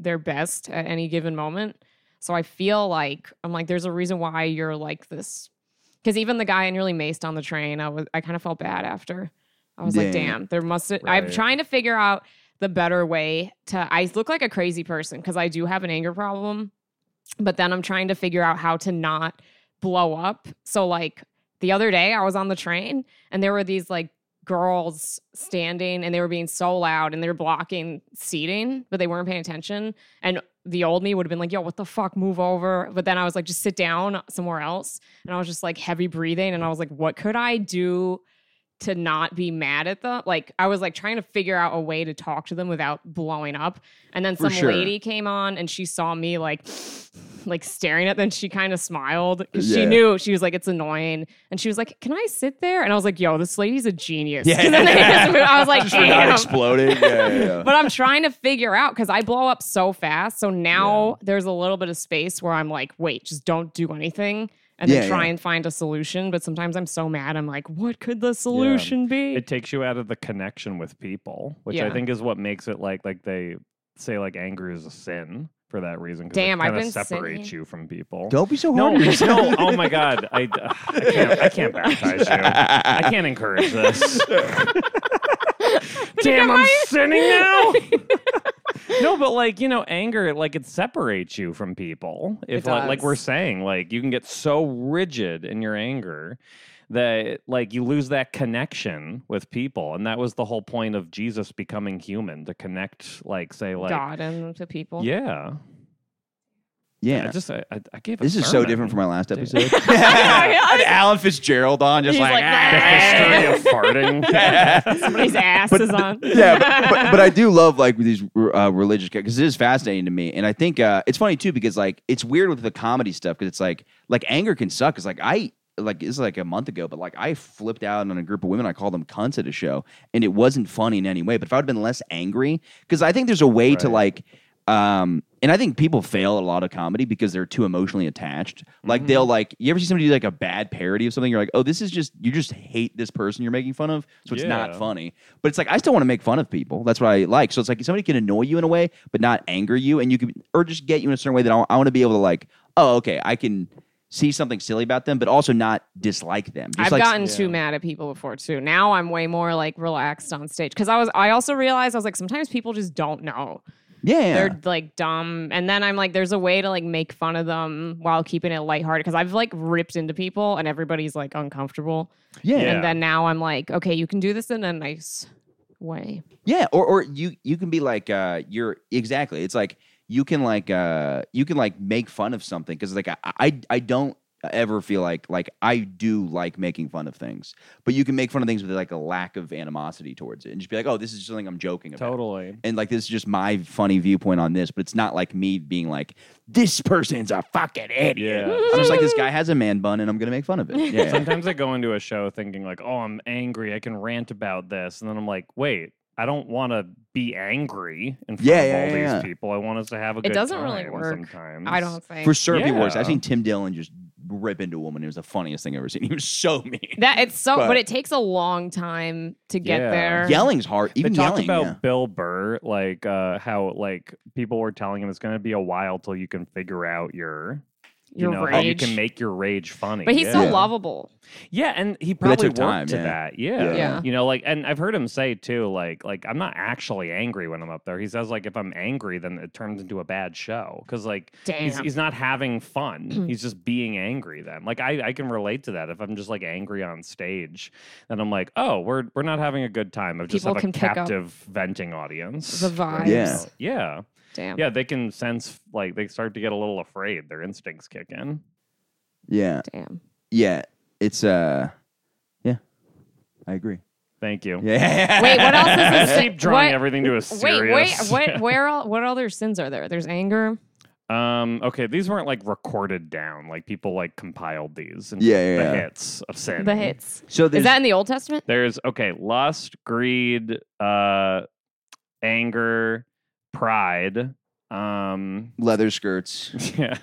E: their best at any given moment. So I feel like I'm like, there's a reason why you're like this. Because even the guy I nearly maced on the train, I was, I kind of felt bad after. I was like,
D: Yeah.
E: damn, there must. have
F: Right.
E: I'm trying to figure out the better way to. I look like a crazy person because I do have an anger problem, but then I'm trying to figure out how to not blow up. So like the other day, I was on the train and there were these like girls standing and they were being so loud and they were blocking seating, but they weren't paying attention. And the old me would have been like, yo, what the fuck? Move over. But then I was like, just sit down somewhere else. And I was just like heavy breathing. And I was like, what could I do to not be mad at them? Like, I was like trying to figure out a way to talk to them without blowing up. And then
D: For
E: some
D: sure.
E: lady came on and she saw me like, like staring at them. She kind of smiled because she
D: Uh, Yeah.
E: knew she was like, it's annoying. And she was like, can I sit there? And I was like, yo, this lady's a genius.
D: Yeah.
E: And then they just moved. I was like,
D: You're not
E: damn.
D: exploding. Yeah, yeah, yeah.
E: But I'm trying to figure out because I blow up so fast. So now there's a little bit of space where I'm like, wait, just don't do anything and
D: Yeah,
E: then try
D: yeah.
E: and find a solution. But sometimes I'm so mad, I'm like, what could the solution be?
F: it takes you out of the connection with people, which I
E: Yeah.
F: think is what makes it like like they say like anger is a sin for that reason. 'cause
E: Damn,
F: it
E: I've
F: kinda
E: been
F: separates
E: sinning.
F: you from people.
D: Don't be so
F: No,
D: hard. on yourself.
F: no, oh my god, I, I can't, I can't baptize you. I can't encourage this. Damn, I'm sinning now. no, but like you know, anger like it separates you from people. If
E: It
F: like, like we're
E: does.
F: saying, like you can get so rigid in your anger that like you lose that connection with people, and that was the whole point of Jesus becoming human to connect, like say like
E: God and to people.
F: yeah, I
D: Yeah.
F: just I, I, I gave a
D: This is so
F: sermon.
D: different from my last
F: Dude.
D: episode. Had Alan Fitzgerald on, just
E: He's like,
D: like,
F: the history
D: "Ah."
F: of farting.
E: Somebody's ass
D: But-
E: is on.
D: yeah, but, but, but I do love like these uh, religious because it is fascinating to me, and I think uh, it's funny too because like it's weird with the comedy stuff because it's like like anger can suck. It's like I like this is like a month ago, but like I flipped out on a group of women. I called them cunts at a show, and it wasn't funny in any way. But if I would have been less angry, because I think there's a way to
F: Right.
D: like. Um, and I think people fail at a lot of comedy because they're too emotionally attached. Like they'll
F: Mm-hmm.
D: like, you ever see somebody do like a bad parody of something? You're like, oh, this is just you just hate this person you're making fun of, so it's not
F: Yeah.
D: fun funny. But it's like I still want to make fun of people. That's what I like. So it's like somebody can annoy you in a way, but not anger you, and you can or just get you in a certain way that I, want to be able to like. Oh, okay, I can see something silly about them, but also not dislike them. Just
E: I've
D: like,
E: gotten too mad at people before too. Now I'm way more like relaxed on stage because I was. I also realized I was like sometimes people just don't know.
D: yeah,
E: they're like dumb and then i'm like there's a way to like make fun of them while keeping it lighthearted because i've like ripped into people and everybody's like uncomfortable
D: yeah,
F: Yeah.
D: yeah,
E: and then now i'm like okay you can do this in a nice way
D: Or or you you can be like uh you're exactly. It's like you can like uh you can like make fun of something because like I, I I don't ever feel like like I do like making fun of things, but you can make fun of things with like a lack of animosity towards it and just be like, oh, this is just something I'm joking about.
F: Totally.
D: and like this is just my funny viewpoint on this, but it's not like me being like this person's a fucking idiot.
F: Yeah.
D: I'm just like this guy has a man bun, and I'm gonna make fun of it. Yeah,
F: Sometimes I go into a show thinking like, "Oh, I'm angry. I can rant about this," and then I'm like, "Wait, I don't want to be angry in front
D: Yeah,
F: of
D: yeah,
F: all
D: yeah, yeah.
F: these people. I want us to have a good
E: it doesn't
F: time."
E: really work
F: Sometimes
E: i don't think
D: for sure, people worse. I've
F: Yeah.
D: seen Tim Dillon just rip into a woman. It was the funniest thing I've ever seen. He was so mean.
E: that it's so but,
D: But-
E: it takes a long time to get
F: Yeah.
E: there
D: Yelling's hard. Even
F: they talked
D: yelling.
F: about
D: yeah.
F: Bill Burr, like uh, how like people were telling him it's going to be a while till you can figure out your
E: your
F: you know how
E: rage
F: you can make your rage funny.
E: but he's
F: yeah.
E: so
D: Yeah.
E: lovable
F: Yeah, and he
D: But that
F: probably
D: took
F: worked
D: time,
F: to
D: yeah.
F: that. Yeah.
D: Yeah.
E: Yeah.
F: You know, like and I've heard him say too, like, like I'm not actually angry when I'm up there. He says like if I'm angry, then it turns into a bad show. Cause like he's
E: Damn.
F: he's not having fun. he's just being angry then. Like I, I can relate to that. If I'm just like angry on stage, then I'm like, oh, we're we're not having a good time. I've just
E: People
F: have
E: can
F: a
E: pick up
F: captive venting audience.
E: the
F: right?
E: vibes
D: Yeah.
F: Yeah.
E: damn
F: Yeah. They can sense like they start to get a little afraid. Their instincts kick in.
D: Yeah,
E: damn
D: yeah. It's uh, yeah. I agree.
F: Thank you.
D: Yeah.
E: wait what else is
F: Let's
E: this
F: keep drawing
E: what-
F: everything to a
E: wait wait
F: serious.
E: what where all, what other sins are there there's anger
F: Um. Okay, these weren't like recorded down. Like people like compiled these. And
D: Yeah, yeah,
F: The
D: yeah.
F: hits of sin.
E: the hits
D: So
E: is
D: there's
E: that in the old testament
F: There's okay, lust, greed, uh, anger, pride. Um.
D: leather skirts.
F: Yeah.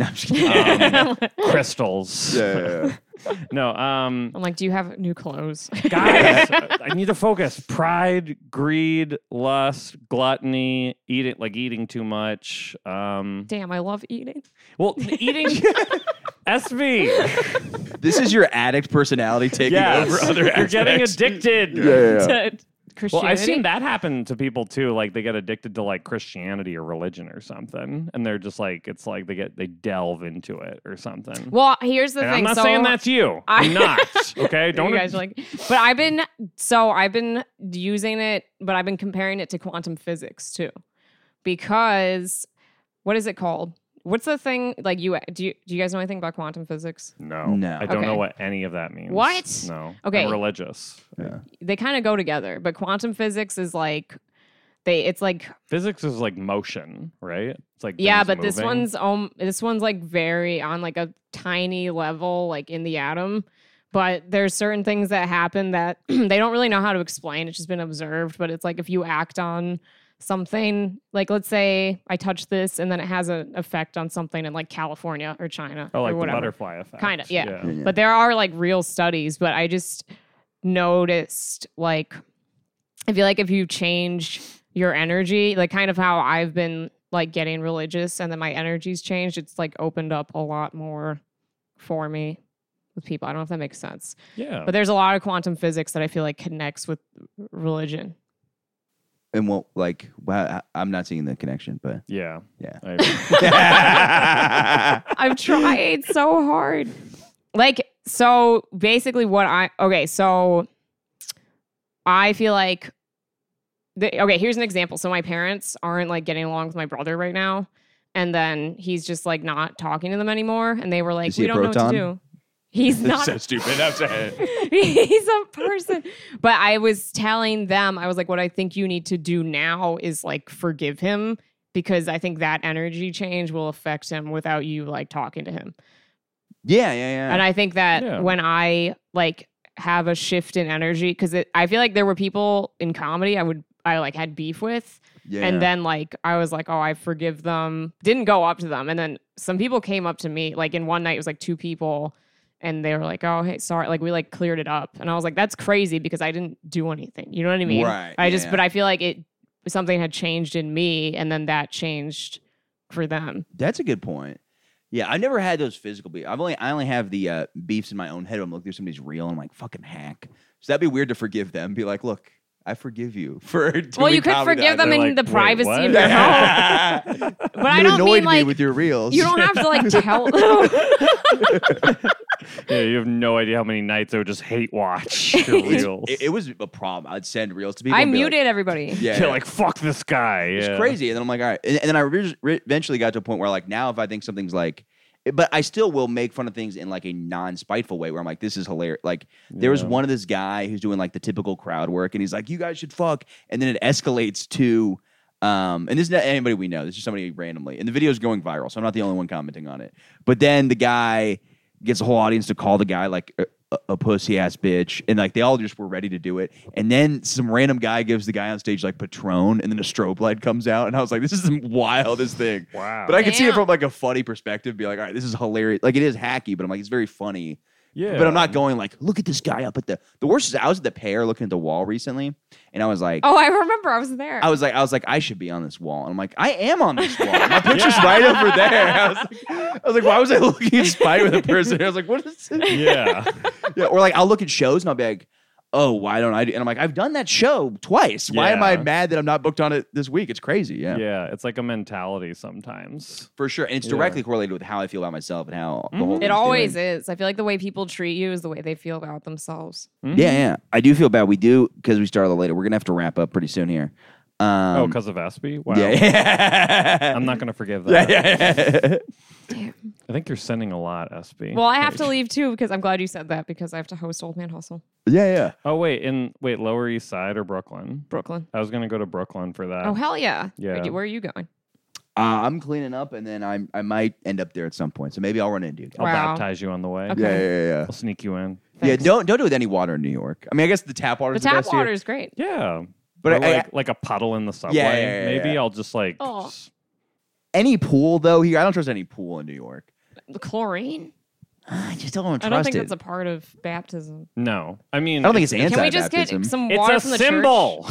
D: No, I'm just kidding.
F: Um, crystals.
D: yeah.
F: No. Um.
E: I'm like, do you have new clothes?
F: Guys, uh, I need to focus. Pride, greed, lust, gluttony, eating like eating too much. Um.
E: Damn, I love eating.
F: Well, eating. SV.
D: This is your addict personality taking
F: Yes.
D: over other
F: You're getting
D: aspects.
F: addicted.
D: Yeah, yeah, yeah.
E: To
F: Well,
E: Christianity.
F: I've seen that happen to people too. Like they get addicted to like Christianity or religion or something, and they're just like it's like they get they delve into it or something.
E: Well, here's the
F: And
E: thing.
F: I'm not
E: so
F: saying that's you.
E: I-
F: I'm not. Okay, don't
E: you guys are like, but I've been so I've been using it, but I've been comparing it to quantum physics too, because what is it called? What's the thing like you do? You, do you guys know anything about quantum physics?
F: No,
D: No.
F: I don't know
E: Okay.
F: what any of that means.
E: What?
F: No.
E: Okay.
F: I'm religious.
E: They kind of go together, but quantum physics is like they. It's like
F: Physics is like motion, right? It's like
E: yeah,
F: things
E: but this
F: moving.
E: one's um this one's like very on like a tiny level, like in the atom. But there's certain things that happen that they don't really know how to explain. It's just been observed, but it's like if you act on something, like let's say I touch this and then it has an effect on something in like California or China
F: oh,
E: or
F: like the
E: whatever.
F: butterfly effect.
E: Kinda, yeah. But there are like real studies, but I just noticed like I feel like if you change your energy, like kind of how I've been like getting religious and then my energy's changed, it's like opened up a lot more for me with people. I don't know if that makes sense.
F: Yeah.
E: But there's a lot of quantum physics that I feel like connects with religion.
D: And well, like, well, I- I'm not seeing the connection, but
F: yeah.
D: Yeah.
F: I agree.
E: I've tried so hard. Like, so basically, what I okay, so I feel like the, okay. Here's an example. So my parents aren't like getting along with my brother right now, and then he's just like not talking to them anymore, and they were like,
D: Is
E: "We
D: he a
E: don't know what
D: proton?
E: to do." He's not
B: so stupid. I'm saying.
E: he's a person. But I was telling them, I was like, what I think you need to do now is like forgive him because I think that energy change will affect him without you like talking to him.
D: yeah, yeah, yeah.
E: And I think that
F: Yeah.
E: when I like have a shift in energy, because I feel like there were people in comedy I would, I like had beef with.
D: yeah.
E: And then like I was like, oh, I forgive them. Didn't go up to them. And then some people came up to me. Like in one night, it was like two people, and they were like, oh, hey, sorry. Like we like cleared it up. And I was like, that's crazy because I didn't do anything. You know what I mean?
D: Right,
E: I just,
D: yeah.
E: but I feel like it something had changed in me, and then that changed for them.
D: That's a good point. Yeah, I've never had those physical beefs. I've only I only have the uh, beefs in my own head. I'm looking through somebody's reel. I'm like fucking hack. So that'd be weird to forgive them. Be like, look, I forgive you for.
E: well,
D: doing
E: you could
D: comedy
E: forgive
D: that
E: them
F: They're
E: in
F: like,
E: the
F: "Wait,
E: privacy
F: what?"
E: of your home.
D: I did."
E: But I
D: you
E: don't
D: annoyed
E: mean like
D: me with your reels.
E: you don't have to like tell them.
F: yeah. You have no idea how many nights I would just hate watch your reels.
D: It, it was a problem. I'd send reels to people.
E: I
D: and be like-
E: muted everybody.
D: yeah,
F: yeah. Like fuck this guy.
D: It's
F: yeah.
D: crazy. And then I'm like, all right. And, and then I re- re- eventually got to a point where like now if I think something's like, but I still will make fun of things in like a non-spiteful way where I'm like, this is hilarious. Like there was
F: Yeah.
D: one of this guy who's doing like the typical crowd work, and he's like, you guys should fuck, and then it escalates to. Um, and this is not anybody we know. This is somebody randomly, and the video is going viral, so I'm not the only one commenting on it. But then the guy gets the whole audience to call the guy like a, a- a pussy ass bitch, and like they all just were ready to do it. And then some random guy gives the guy on stage like Patron, and then a strobe light comes out, and I was like, this is the wildest thing.
F: Wow.
D: But I could see it
E: Damn.
D: from like a funny perspective, be like, all right, this is hilarious. Like it is hacky, but I'm like, it's very funny.
F: Yeah.
D: But I'm not going like, look at this guy up at the. The worst is I was at the pair looking at the wall recently, and I was like,
E: Oh, I remember I was there.
D: I was like, I was like, I should be on this wall. And I'm like, I am on this wall. My picture's right over there. I was, like, I was like, why was I looking at spite with a person? I was like, what is this?
F: Yeah.
D: Yeah, or like, I'll look at shows and I'll be like, oh, why don't I do? And I'm like, I've done that show twice. Why am I
F: Yeah.
D: mad that I'm not booked on it this week? It's crazy. Yeah,
F: yeah. It's like a mentality sometimes.
D: for sure. And it's
F: Yeah.
D: directly correlated with how I feel about myself and how the
F: Mhm.
D: whole.
E: It always is. I feel like the way people treat you is the way they feel about themselves.
D: Yeah, yeah. I do feel bad. We do because we started later. We're gonna have to wrap up pretty soon here. Um,
F: oh, because of Espy? Wow.
D: yeah, yeah.
F: I'm not going to forgive
D: Yeah,
F: that.
D: yeah, yeah.
F: I think you're sending a lot, Espy.
E: Well, I have to leave too because I'm glad you said that because I have to host Old Man Hustle,
D: yeah, yeah.
F: Oh, wait. In wait, Lower East Side or Brooklyn?
E: Brooklyn.
F: I was going to go to Brooklyn for that.
E: Oh hell yeah!
F: yeah.
E: Where are you going?
D: Uh, I'm cleaning up, and then I'm I might end up there at some point. So maybe I'll run into you.
F: I'll
E: Wow.
F: baptize you on the way.
E: Okay. Yeah,
D: yeah,
F: I'll sneak you in.
D: yeah.
E: Thanks.
D: don't don't do it with any water in New York. I mean, I guess the tap water
E: The
D: is
E: tap
D: best here.
E: water is great.
F: Yeah.
D: But
F: But
D: I- I-
F: like, like a puddle in the subway.
D: yeah, yeah,
F: Maybe
D: yeah.
F: I'll just like.
E: Oh.
F: s-
D: Any pool though here, I don't trust any pool in New York.
E: The chlorine.
D: I just don't trust
E: I don't think
D: it.
E: that's a part of baptism.
F: No. I mean,
D: I don't think it's anti.
E: Can we just get some water
F: it's
E: from
F: a
E: the
F: symbol.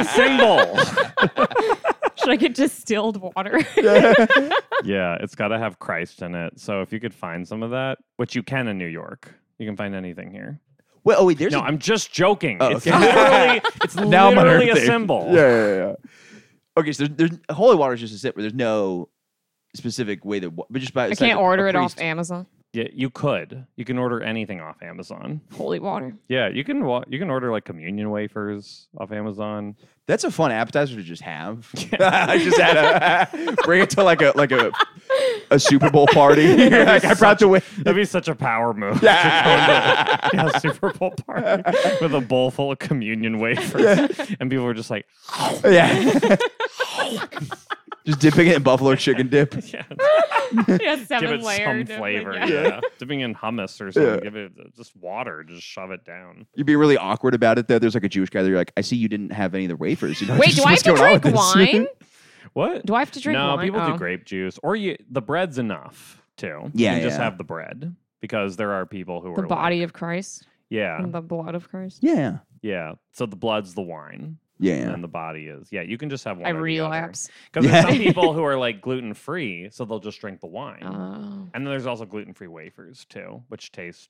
F: It's a fucking symbol.
E: church? Should I get distilled water?
F: yeah. It's got to have Christ in it. So if you could find some of that, which you can in New York, you can find anything here.
D: Well, oh wait, there's
F: no,
D: a-
F: i I'm just joking.
D: Oh,
F: It's
D: okay.
F: literally, it's
D: now I'm on
F: literally a
D: Earth Day.
F: symbol.
D: Yeah, yeah, yeah, yeah. Okay, so there's, there's holy water is just a sip where there's no specific way that, wa- but just by
E: I can't order it off Amazon.
F: Yeah, you could. You can order anything off Amazon.
E: Holy water.
F: Yeah, you can wa- you can order like communion wafers off Amazon.
D: That's a fun appetizer to just have. I just had a bring it to like a like a a Super Bowl party. like, I brought the way.
F: That'd be such a power move.
D: Yeah.
F: to go into a Super Bowl party with a bowl full of communion wafers, and people were just like,
D: Yeah. just dipping it in buffalo chicken dip.
F: yeah,
E: yeah,
F: give
E: seven
F: it some
E: layered.
F: flavor. Yeah. dipping in hummus or something.
D: Yeah.
F: Give it just water. Just shove it down.
D: You'd be really awkward about it though. There's like a Jewish guy there. You're like, I see you didn't have any of the wafers. You know,
E: Wait,
D: just
E: do I have
D: what's
E: to
D: going on
E: drink
D: with this?"
E: wine?
F: What?
E: Do I have to drink
F: no,
E: wine?
F: people
E: Oh.
F: do grape juice, or you the bread's enough too.
D: Yeah,
F: you can just
D: yeah.
F: have the bread because there are people who
E: The
F: are
E: body Mm.
F: Like,
E: of Christ
F: yeah,
E: and the blood of Christ.
D: yeah.
F: yeah. So the blood's the wine, and
D: Yeah.
F: then the body is yeah. You can just have one.
E: I
F: or the other.
E: relapse.
F: Because
D: Yeah.
F: there's some people who are like gluten free, so they'll just drink the wine.
E: Oh.
F: And then there's also gluten free wafers too, which taste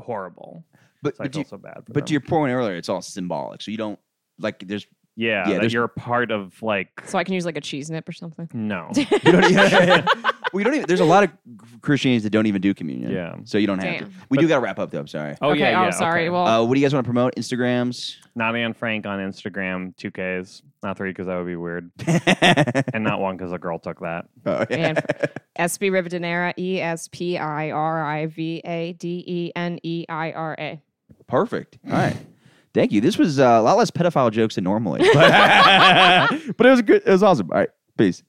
F: horrible.
D: But,
F: So I
D: but,
F: feel
D: you,
F: so bad. For
D: but to
F: them.
D: your point earlier, it's all symbolic. So you don't like there's
F: yeah,
D: yeah,
F: that
D: there's-
F: you're a part of like
E: So I can use like a cheese nip or something.
F: no.
D: You don't, yeah, yeah, yeah. We don't even. There's a lot of Christians that don't even do communion.
F: Yeah.
D: So you don't have to.
E: Damn.
D: We do got to wrap up though. I'm sorry.
F: Oh
E: okay,
F: yeah, yeah.
E: oh, sorry.
F: Okay.
E: Well,
D: Uh, what do you guys want to promote? Instagrams.
F: not Anne Frank on Instagram, two Ks, not three because that would be weird, and not one because a girl took that.
D: Oh, yeah.
E: and SB Rivadeneira, E S P I R I V A D E N E I R A.
D: Perfect. All right. Thank you. This was uh, a lot less pedophile jokes than normally, but, but it was good. It was awesome. All right. Peace.